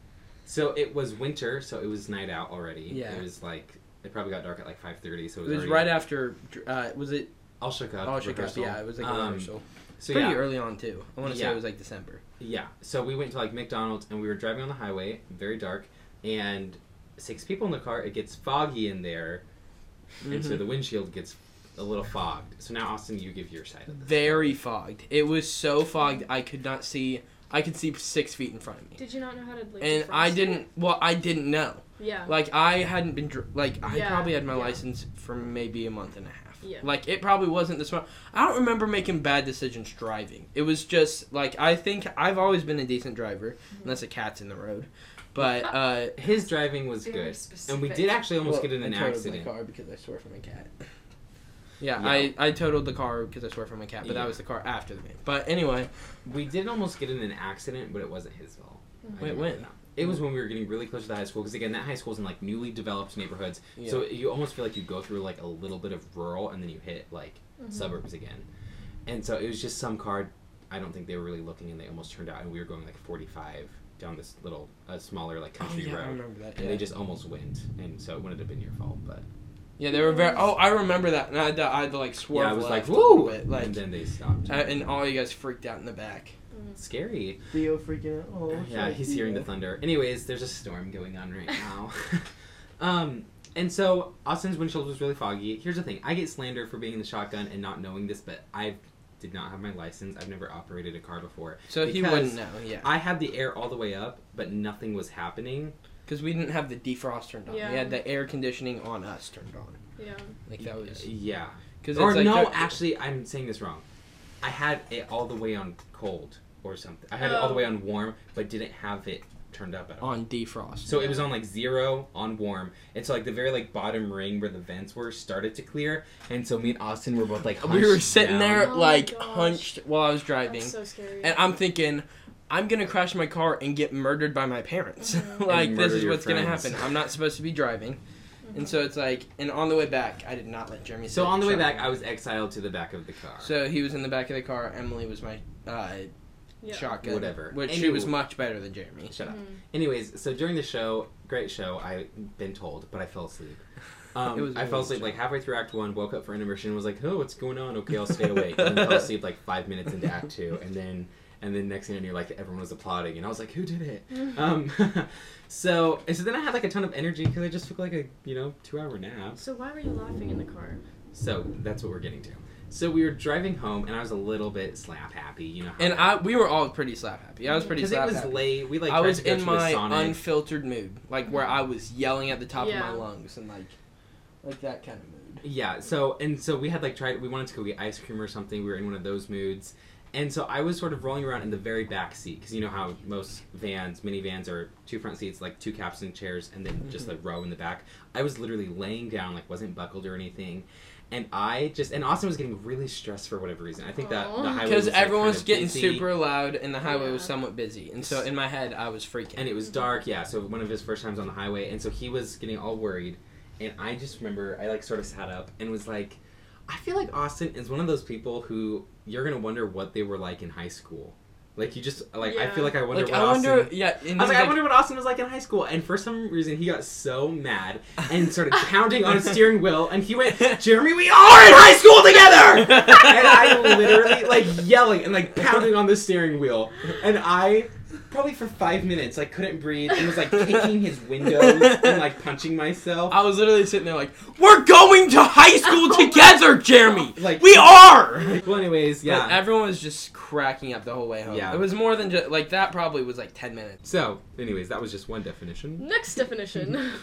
Speaker 4: So it was winter, so it was night out already.
Speaker 1: Yeah.
Speaker 4: It was like it probably got dark at like 5:30, so it
Speaker 1: It
Speaker 4: was,
Speaker 1: was
Speaker 4: already
Speaker 1: right after. Uh, was it?
Speaker 4: All shook up.
Speaker 1: Oh, shit, guys,
Speaker 4: rehearsal.
Speaker 1: yeah, it was like a
Speaker 4: Um,
Speaker 1: rehearsal.
Speaker 4: So
Speaker 1: Pretty
Speaker 4: yeah,
Speaker 1: early on too. I want to say
Speaker 4: Yeah.
Speaker 1: it was like December.
Speaker 4: Yeah. So we went to like McDonald's and we were driving on the highway, very dark, and six people in the car. It gets foggy in there, and so
Speaker 1: Mhm.
Speaker 4: the windshield gets a little fogged. So now Austin, you give your side of this.
Speaker 1: Very fogged. It was so fogged I could not see. I could see six feet in front of me,
Speaker 3: Did you not know how to like?
Speaker 1: and
Speaker 3: defrost
Speaker 1: I
Speaker 3: it?
Speaker 1: didn't. Well, I didn't know.
Speaker 3: Yeah.
Speaker 1: Like I hadn't been dr- like I
Speaker 3: Yeah,
Speaker 1: probably had my
Speaker 3: yeah.
Speaker 1: license for maybe a month and a half.
Speaker 3: Yeah.
Speaker 1: Like it probably wasn't this smart. I don't remember making bad decisions driving. It was just like I think I've always been a decent driver unless a cat's in the road. But uh
Speaker 4: His driving was
Speaker 6: Very
Speaker 4: good,
Speaker 6: specific.
Speaker 4: and we did actually almost
Speaker 1: well,
Speaker 4: get in an
Speaker 1: I totaled
Speaker 4: accident.
Speaker 1: my car because I swear from a cat. Yeah,
Speaker 4: Yeah.
Speaker 1: I I totaled the car because I swear from a cat, but
Speaker 4: Yeah.
Speaker 1: that was the car after the van. But anyway,
Speaker 4: We did almost get in an accident, but it wasn't his fault. I
Speaker 1: Wait,
Speaker 4: remember
Speaker 1: when?
Speaker 4: that. It was when we were getting really close to the high school because again, that high school's in like newly developed neighborhoods, so you almost feel like you go through like a little bit of rural and then you hit like suburbs again, and so it was just some car. I don't think they were really looking, and they almost turned out, and we were going like 45 down this little, uh, smaller like
Speaker 1: oh,
Speaker 4: country
Speaker 1: yeah, I
Speaker 4: road,
Speaker 1: remember that.
Speaker 4: and
Speaker 1: Yeah.
Speaker 4: they just almost went, and so it wouldn't have been your fault, but
Speaker 1: yeah, they were very. Oh, I remember that. And I had to, I had to like swerve.
Speaker 4: yeah, I was like,
Speaker 1: left a little
Speaker 4: woo,
Speaker 1: bit, like,
Speaker 4: and then they stopped.
Speaker 1: uh, and all you guys freaked out in the back.
Speaker 4: Scary.
Speaker 1: Theo freaking out. Oh,
Speaker 4: yeah, he's hearing the thunder. Anyways, there's a storm going on right now. um, and so Austin's windshield was really foggy. Here's the thing: I get slandered for being in the shotgun and not knowing this, but I did not have my license. I've never operated a car before.
Speaker 1: So he
Speaker 4: Because-
Speaker 1: wouldn't know, yeah,
Speaker 4: I had the air all the way up, but nothing was happening.
Speaker 1: because we didn't have the defrost turned on.
Speaker 3: Yeah.
Speaker 1: We had the air conditioning on us turned on.
Speaker 3: Yeah.
Speaker 1: Like that was
Speaker 4: Yeah.
Speaker 1: because
Speaker 4: Or
Speaker 1: like
Speaker 4: no,
Speaker 1: the-
Speaker 4: actually, I'm saying this wrong. I had it all the way on cold or something. I had it all the
Speaker 3: Oh.
Speaker 4: way on warm, but didn't have it turned up at all.
Speaker 1: on defrost.
Speaker 4: So it was on like zero on warm, and so like the very like bottom ring where the vents were started to clear, and so me and Austin were both like
Speaker 1: we were
Speaker 4: hunched
Speaker 1: sitting
Speaker 4: down.
Speaker 1: there
Speaker 3: Oh my
Speaker 1: like
Speaker 3: gosh.
Speaker 1: hunched while I was driving,
Speaker 3: That's so scary.
Speaker 1: and I'm thinking, I'm gonna crash my car and get murdered by my parents.
Speaker 3: Mm-hmm.
Speaker 1: like
Speaker 4: And
Speaker 1: this
Speaker 4: murder
Speaker 1: is
Speaker 4: your
Speaker 1: what's gonna
Speaker 4: friends.
Speaker 1: happen. I'm not supposed to be driving, and so it's like, and on the way back, I did not let Jeremy.
Speaker 4: So
Speaker 1: sit
Speaker 4: on the way
Speaker 1: shut
Speaker 4: back,
Speaker 1: up.
Speaker 4: I was exiled to the back of the car.
Speaker 1: So he was in the back of the car. Emily was my uh,
Speaker 3: yeah.
Speaker 1: shotgun,
Speaker 4: Whatever.
Speaker 1: Which
Speaker 4: And
Speaker 1: she
Speaker 4: you-
Speaker 1: was much better than Jeremy.
Speaker 4: Shut up. Anyways, so during the show, great show. I've been told, but I fell asleep. Um,
Speaker 1: It was
Speaker 4: I fell
Speaker 1: really
Speaker 4: asleep
Speaker 1: good
Speaker 4: like halfway through Act One. Woke up for intermission. Was like, oh, what's going on? Okay, I'll stay awake. and then fell asleep like five minutes into Act Two, and then and then next thing I knew, like everyone was applauding, and I was like, who did it? um, so and so then I had like a ton of energy because I just took like a you know two hour nap.
Speaker 3: So why were you laughing in the car?
Speaker 4: So that's what we're getting to. So we were driving home, and I was a little bit slap happy, you know. how
Speaker 1: And
Speaker 4: that-
Speaker 1: I, we were all pretty slap happy. I was pretty
Speaker 4: because it
Speaker 1: slap
Speaker 4: was
Speaker 1: happy.
Speaker 4: late. We like
Speaker 1: I
Speaker 4: tried
Speaker 1: was
Speaker 4: to go
Speaker 1: in
Speaker 4: to a
Speaker 1: my
Speaker 4: Sonic.
Speaker 1: unfiltered mood, like where I was yelling at the top of my
Speaker 3: Yeah.
Speaker 1: lungs and like, like that kind of mood.
Speaker 4: Yeah, so and so we had like tried we wanted to go get ice cream or something. We were in one of those moods. And so I was sort of rolling around in the very back seat cuz you know how most vans, minivans are two front seats, like two capstan chairs and then just a row in the back. I was literally laying down like wasn't buckled or anything. And I just and Austin was getting really stressed for whatever reason. I think that the
Speaker 3: Aw.
Speaker 4: highway
Speaker 1: Because
Speaker 4: was, like,
Speaker 1: everyone
Speaker 4: kind
Speaker 1: was
Speaker 4: of
Speaker 1: getting
Speaker 4: busy,
Speaker 1: super loud and the highway was
Speaker 3: Yeah.
Speaker 1: somewhat busy, and so in my head I was freaking.
Speaker 4: and it was dark, yeah. So one of his first times on the highway and so he was getting all worried and I just remember I like sort of sat up and was like I feel like Austin is one of those people who you're gonna wonder what they were like in high school. Like you just like I
Speaker 3: Yeah.
Speaker 4: feel like I wonder
Speaker 1: like
Speaker 4: what
Speaker 1: I wonder,
Speaker 4: Austin.
Speaker 1: yeah. And he
Speaker 4: I was like, I
Speaker 1: like-
Speaker 4: wonder what Austin was like in high school, and for some reason he got so mad and started pounding on his steering wheel, and he went, "Jeremy, we are in high school together!" and I literally like yelling and like pounding on the steering wheel, and I probably for five minutes like couldn't breathe and was like kicking his windows and like punching myself.
Speaker 1: I was literally sitting there like, we're going to high school together, Jeremy.
Speaker 4: Like-
Speaker 1: we are.
Speaker 4: well, anyways,
Speaker 1: Yeah,
Speaker 4: yeah.
Speaker 1: everyone was just cracking up the whole way home.
Speaker 4: Yeah.
Speaker 1: it was more than just like that. Probably was like ten minutes.
Speaker 4: so, anyways, that was just one definition.
Speaker 3: Next definition.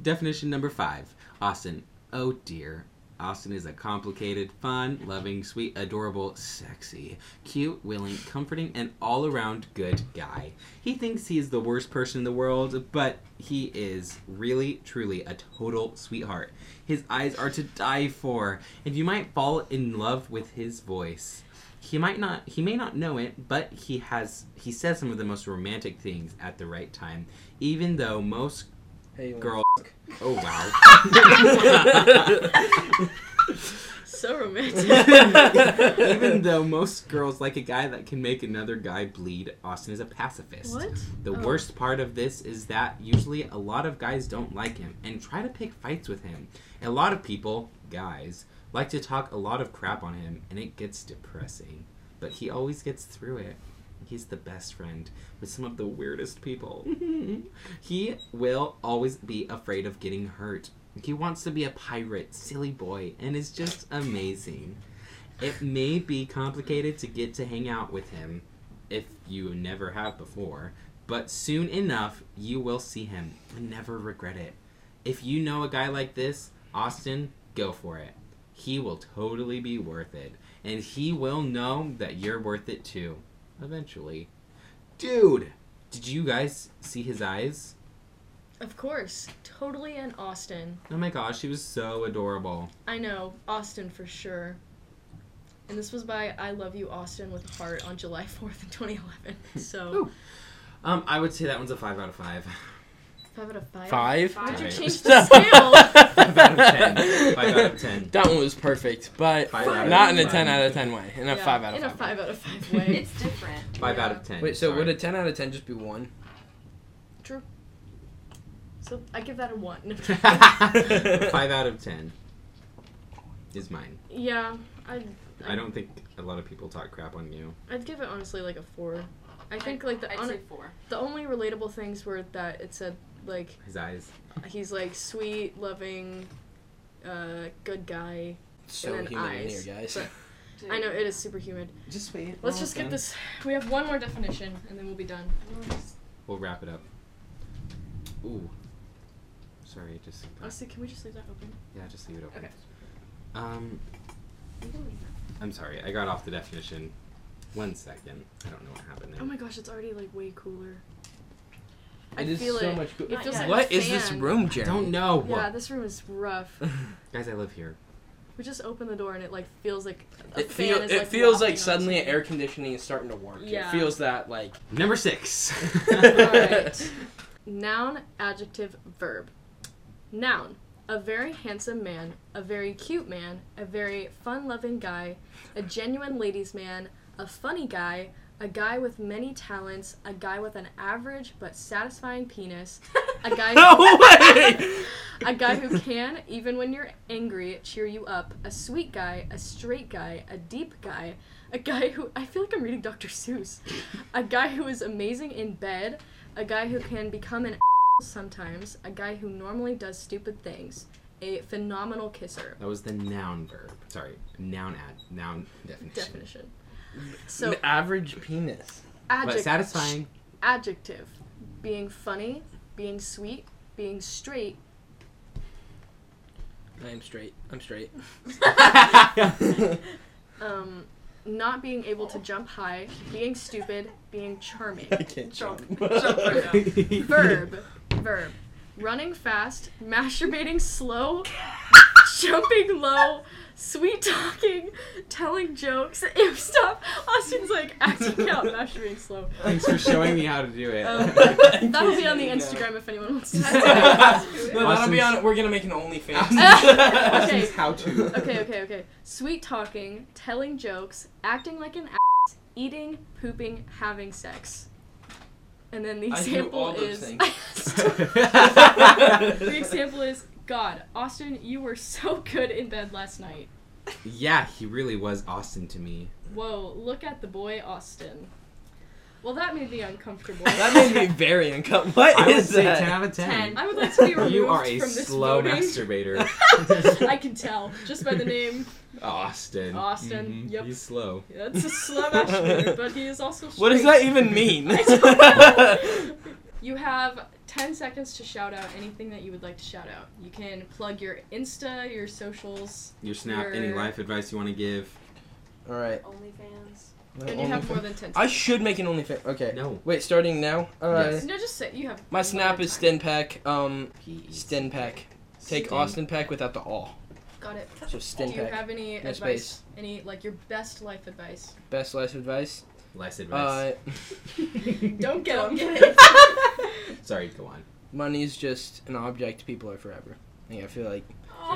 Speaker 4: Definition number five Austin. Oh dear. Austin is a complicated, fun, loving, sweet, adorable, sexy, cute, willing, comforting, and all around good guy. He thinks he is the worst person in the world, but he is really, truly a total sweetheart. His eyes are to die for, and you might fall in love with his voice. He might not he may not know it, but he has he says some of the most romantic things at the right time, even though most
Speaker 1: Hey,
Speaker 4: Girl. Oh wow.
Speaker 3: so romantic.
Speaker 4: Even though most girls like a guy that can make another guy bleed, Austin is a pacifist.
Speaker 3: what?
Speaker 4: The
Speaker 3: Oh.
Speaker 4: worst part of this is that usually a lot of guys don't like him and try to pick fights with him. A lot of people, guys, like to talk a lot of crap on him and it gets depressing. But he always gets through it. He's the best friend with some of the weirdest people. he will always be afraid of getting hurt. He wants to be a pirate, silly boy, and is just amazing. It may be complicated to get to hang out with him if you never have before, but soon enough you will see him and never regret it. If you know a guy like this, Austin, go for it. He will totally be worth it, and he will know that you're worth it too, eventually. Dude, did you guys see his eyes?
Speaker 3: Of course. Totally an Austin.
Speaker 4: Oh my gosh, he was so adorable.
Speaker 3: I know. Austin for sure. And this was by I Love You Austin with a heart on July 4th in 2011. So,
Speaker 4: Ooh. Um, I would say that one's a five out of five.
Speaker 3: 5 out of 5.
Speaker 1: Five.
Speaker 3: Did you
Speaker 4: Five.
Speaker 3: change the scale?
Speaker 4: Five out of ten. Five out of ten.
Speaker 1: That one was perfect, but
Speaker 4: Five out of
Speaker 1: not in a
Speaker 4: five.
Speaker 1: ten out of ten way. In a
Speaker 3: Yeah,
Speaker 1: five out of
Speaker 3: In a
Speaker 1: five.
Speaker 3: 5 out of 5 way.
Speaker 6: It's different.
Speaker 4: Five out
Speaker 3: Yeah.
Speaker 4: of ten.
Speaker 1: Wait, so
Speaker 4: sorry.
Speaker 1: would a ten out of ten just be one?
Speaker 3: so, I give that a 1.
Speaker 4: Five out of ten is mine.
Speaker 3: yeah. I
Speaker 4: I don't think a lot of people talk crap on you.
Speaker 3: I'd give it honestly like a 4. I think like the
Speaker 6: I'd
Speaker 3: on-
Speaker 6: say four.
Speaker 3: the only relatable things were that it said like
Speaker 4: His eyes.
Speaker 3: he's like sweet, loving, uh, good guy.
Speaker 1: So
Speaker 3: And then
Speaker 1: human in
Speaker 3: eyes,
Speaker 1: here, guys.
Speaker 3: but- I know it is super humid.
Speaker 4: Just wait.
Speaker 3: Let's just get this. We have one more definition and then we'll be done.
Speaker 4: We'll wrap it up. Ooh. Sorry, just
Speaker 3: Honestly, can we just leave that open?
Speaker 4: yeah, just leave it open.
Speaker 3: Okay.
Speaker 4: Um, I'm sorry, I got off the definition. One second. I don't know what happened there.
Speaker 3: Oh my gosh, it's already like way cooler.
Speaker 1: It is
Speaker 3: feel
Speaker 1: so
Speaker 3: it.
Speaker 1: much. Go-
Speaker 3: It feels
Speaker 6: Yeah.
Speaker 3: like
Speaker 1: what is
Speaker 3: sand.
Speaker 1: this room, Jeremy?
Speaker 4: Don't know.
Speaker 3: Yeah, this room is rough.
Speaker 4: Guys, I live here.
Speaker 3: We just opened the door and it like feels like a
Speaker 1: it
Speaker 3: fan
Speaker 1: feel,
Speaker 3: is,
Speaker 1: it feels
Speaker 3: wafting
Speaker 1: like
Speaker 3: on
Speaker 1: suddenly
Speaker 3: something.
Speaker 1: air conditioning is starting to work.
Speaker 3: Yeah.
Speaker 1: It feels that like
Speaker 4: Number six.
Speaker 3: Alright. Noun, adjective, verb. Noun. A very handsome man, a very cute man, a very fun loving guy, a genuine ladies' man, a funny guy, a guy with many talents, a guy with an average but satisfying penis, a guy
Speaker 1: No way!
Speaker 3: a guy who can, even when you're angry, cheer you up, a sweet guy, a straight guy, a deep guy, a guy who I feel like I'm reading Dr. Seuss, a guy who is amazing in bed, a guy who can become an sometimes, a guy who normally does stupid things, a phenomenal kisser.
Speaker 4: That was the noun verb. Sorry, noun ad noun definition.
Speaker 3: Definition. So
Speaker 1: an average penis.
Speaker 4: But
Speaker 3: adjective.
Speaker 4: satisfying.
Speaker 3: adjective being funny being sweet being straight
Speaker 1: I am straight. I'm straight.
Speaker 3: um, not being able to jump high being stupid being charming
Speaker 1: I can't jump.
Speaker 3: verb verb running fast masturbating slow jumping low sweet talking telling jokes if stop austin's like acting out masturbating slow
Speaker 4: Thanks for showing me how to do it.
Speaker 3: Um, that'll be on the instagram if anyone wants to see
Speaker 1: no, that'll be on. We're gonna make an OnlyFans.
Speaker 3: okay
Speaker 4: How to?
Speaker 3: Okay, okay, okay. Sweet talking, telling jokes, acting like an ass, eating, pooping, having sex. And then the
Speaker 1: I do
Speaker 3: example
Speaker 1: all those
Speaker 3: is
Speaker 1: things.
Speaker 3: the example is God, Austin, you were so good in bed last night.
Speaker 4: yeah, he really was Austin to me.
Speaker 3: Whoa, look at the boy Austin. Well, that made me uncomfortable.
Speaker 1: that made me very uncomfortable. What
Speaker 4: I would
Speaker 1: is
Speaker 4: say
Speaker 1: that?
Speaker 4: ten out of ten.
Speaker 6: Ten.
Speaker 3: I would like to be removed
Speaker 4: You are a
Speaker 3: from this
Speaker 4: slow
Speaker 3: voting.
Speaker 4: masturbator,
Speaker 3: I can tell just by the name.
Speaker 4: Austin.
Speaker 3: Austin,
Speaker 4: Mhm,
Speaker 3: yep.
Speaker 4: He's slow.
Speaker 3: That's a slow masturbator, but he is also.
Speaker 1: What does
Speaker 3: straight.
Speaker 1: that even mean?
Speaker 3: You have 10 seconds to shout out anything that you would like to shout out. You can plug your Insta, your socials,
Speaker 4: Your snap. Any
Speaker 3: Your-
Speaker 4: life advice you want to give?
Speaker 1: All right.
Speaker 6: OnlyFans.
Speaker 3: and you have more than 10
Speaker 1: I
Speaker 3: seconds.
Speaker 1: should make an OnlyFans. Okay.
Speaker 4: No.
Speaker 1: Wait, starting now. All right.
Speaker 4: Yes.
Speaker 3: no, just say you have.
Speaker 1: My snap is Stinpack. Um,
Speaker 4: He is-
Speaker 1: Stinpack. Take
Speaker 4: Stin.
Speaker 1: Austin Peck without the all.
Speaker 3: Got it.
Speaker 1: So
Speaker 3: Do you
Speaker 1: Stinpack.
Speaker 3: have any
Speaker 1: No
Speaker 3: advice?
Speaker 1: space.
Speaker 3: Any, like, your best life advice?
Speaker 1: Best life advice.
Speaker 4: Life advice.
Speaker 1: Uh,
Speaker 3: Don't get
Speaker 6: Don't
Speaker 3: him.
Speaker 6: get
Speaker 4: Sorry, go on.
Speaker 1: money's just an object. People are forever. Yeah, I feel like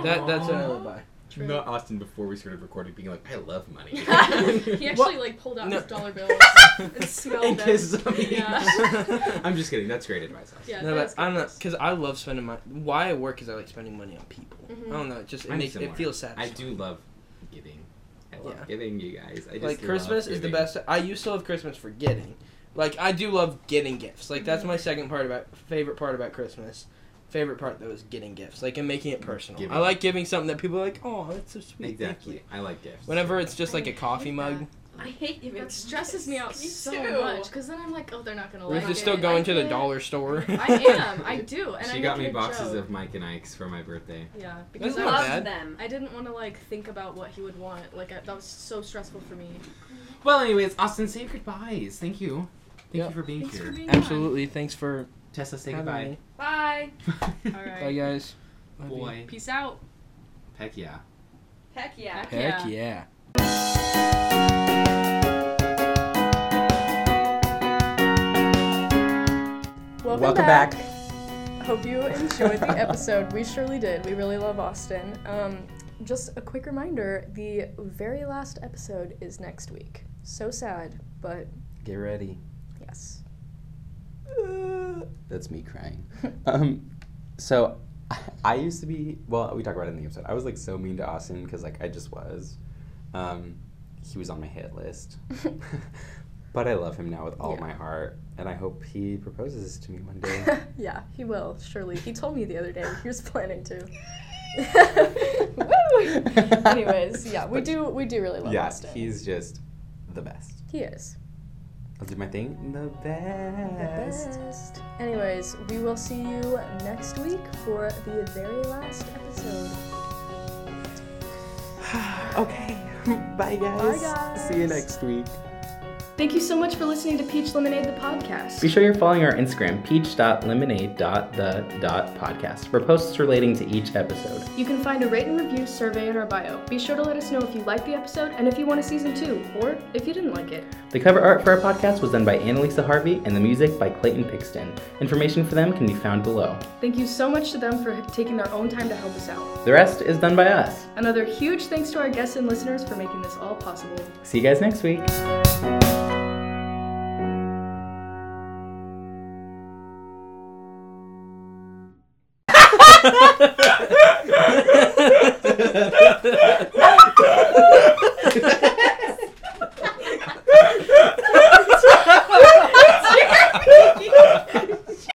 Speaker 1: that. That's what I live by.
Speaker 3: True.
Speaker 4: Not Austin before we started recording being like, I love money.
Speaker 3: he actually,
Speaker 1: What?
Speaker 3: like, pulled out
Speaker 1: No.
Speaker 3: his dollar bills and smelled
Speaker 4: and
Speaker 3: them.
Speaker 4: kisses on me.
Speaker 1: Yeah.
Speaker 4: I'm just kidding. That's great advice. Austin.
Speaker 3: Yeah,
Speaker 1: No,
Speaker 3: that's
Speaker 1: but
Speaker 3: good
Speaker 1: I'm not
Speaker 3: advice.
Speaker 1: because I love spending money. Why I work is I like spending money on people.
Speaker 3: Mhm.
Speaker 1: I don't know. It just it
Speaker 4: I'm
Speaker 1: makes
Speaker 4: similar.
Speaker 1: it feels sad.
Speaker 4: I do love giving. I love
Speaker 1: Yeah.
Speaker 4: giving you guys. I just
Speaker 1: Like
Speaker 4: love
Speaker 1: Christmas is the
Speaker 4: giving.
Speaker 1: best. I used to love Christmas for getting. Like I do love getting gifts. Like
Speaker 3: Mm-hmm.
Speaker 1: that's my second part about favorite part about Christmas. Favorite part though is getting gifts. Like and making it personal.
Speaker 4: Mm, Giving.
Speaker 1: I like giving something that people are like, oh, that's so sweet. thank
Speaker 4: Exactly.
Speaker 1: you."
Speaker 4: I like gifts.
Speaker 1: Whenever it's just like
Speaker 6: I
Speaker 1: a coffee
Speaker 6: hate
Speaker 1: mug,
Speaker 6: I hate giving.
Speaker 3: That stresses me out
Speaker 6: Me
Speaker 3: so
Speaker 6: too.
Speaker 3: much because then I'm like, oh, they're not gonna
Speaker 1: we're
Speaker 3: like
Speaker 1: just
Speaker 3: it.
Speaker 1: still going
Speaker 3: I
Speaker 1: to the
Speaker 3: can't-
Speaker 1: dollar store.
Speaker 3: I am. I do. And
Speaker 4: she
Speaker 3: I
Speaker 4: got
Speaker 3: make
Speaker 4: me
Speaker 3: it a
Speaker 4: boxes
Speaker 3: joke.
Speaker 4: of Mike and Ike's for my birthday.
Speaker 3: Yeah,
Speaker 1: That's
Speaker 3: because
Speaker 6: I
Speaker 3: I
Speaker 1: not
Speaker 3: was,
Speaker 6: love
Speaker 1: bad.
Speaker 6: them.
Speaker 3: I didn't want to like think about what he would want. Like I, that was so stressful for me.
Speaker 4: Well, anyways, Austin, say your goodbyes. Thank you. Thank
Speaker 1: Yeah.
Speaker 4: you for being
Speaker 3: Thanks
Speaker 4: here.
Speaker 3: for being
Speaker 1: Absolutely. Thanks for
Speaker 4: Tessa, say
Speaker 1: having
Speaker 4: goodbye.
Speaker 1: me.
Speaker 6: Bye.
Speaker 3: on. All right.
Speaker 1: Bye guys. Love you.
Speaker 4: Boy.
Speaker 3: Peace out.
Speaker 4: Heck yeah.
Speaker 6: Heck yeah.
Speaker 3: Heck
Speaker 1: Heck
Speaker 3: Yeah.
Speaker 1: yeah.
Speaker 11: Welcome,
Speaker 12: Welcome
Speaker 11: back.
Speaker 12: back.
Speaker 11: Hope you enjoyed the episode. We surely did. We really love Austin. Um, just a quick reminder the very last episode is next week. So sad, but
Speaker 12: Get ready.
Speaker 11: yes.
Speaker 12: That's me crying. um, so I used to be well. We talk about it in the episode. I was like so mean to Austin because like I just was. Um, he was on my hit list, but I love him now with all
Speaker 11: Yeah.
Speaker 12: my heart, and I hope he proposes to me one day.
Speaker 11: yeah, he will, surely. He told me the other day he was planning to. Woo! Anyways, yeah, we
Speaker 12: But-
Speaker 11: do we do really love
Speaker 12: yeah,
Speaker 11: Austin.
Speaker 12: he's just the best.
Speaker 11: he is.
Speaker 12: I'll do my thing. The
Speaker 11: The
Speaker 12: best.
Speaker 11: best. Anyways, we will see you next week for the very last episode.
Speaker 12: Okay. Bye guys.
Speaker 11: guys.
Speaker 12: See you next week.
Speaker 3: Thank you so much for listening to Peach Lemonade, the podcast.
Speaker 4: Be sure you're following our Instagram, peach.lemonade.the.podcast, for posts relating to each episode.
Speaker 3: You can find a rate and review survey in our bio. Be sure to let us know if you liked the episode and if you want a season two, or if you didn't like it.
Speaker 4: The cover art for our podcast was done by Annalisa Harvey and the music by Clayton Pixton. Information for them can be found below.
Speaker 3: Thank you so much to them for taking their own time to help us out.
Speaker 4: The rest is done by us.
Speaker 3: Another huge thanks to our guests and listeners for making this all possible.
Speaker 4: See you guys next week.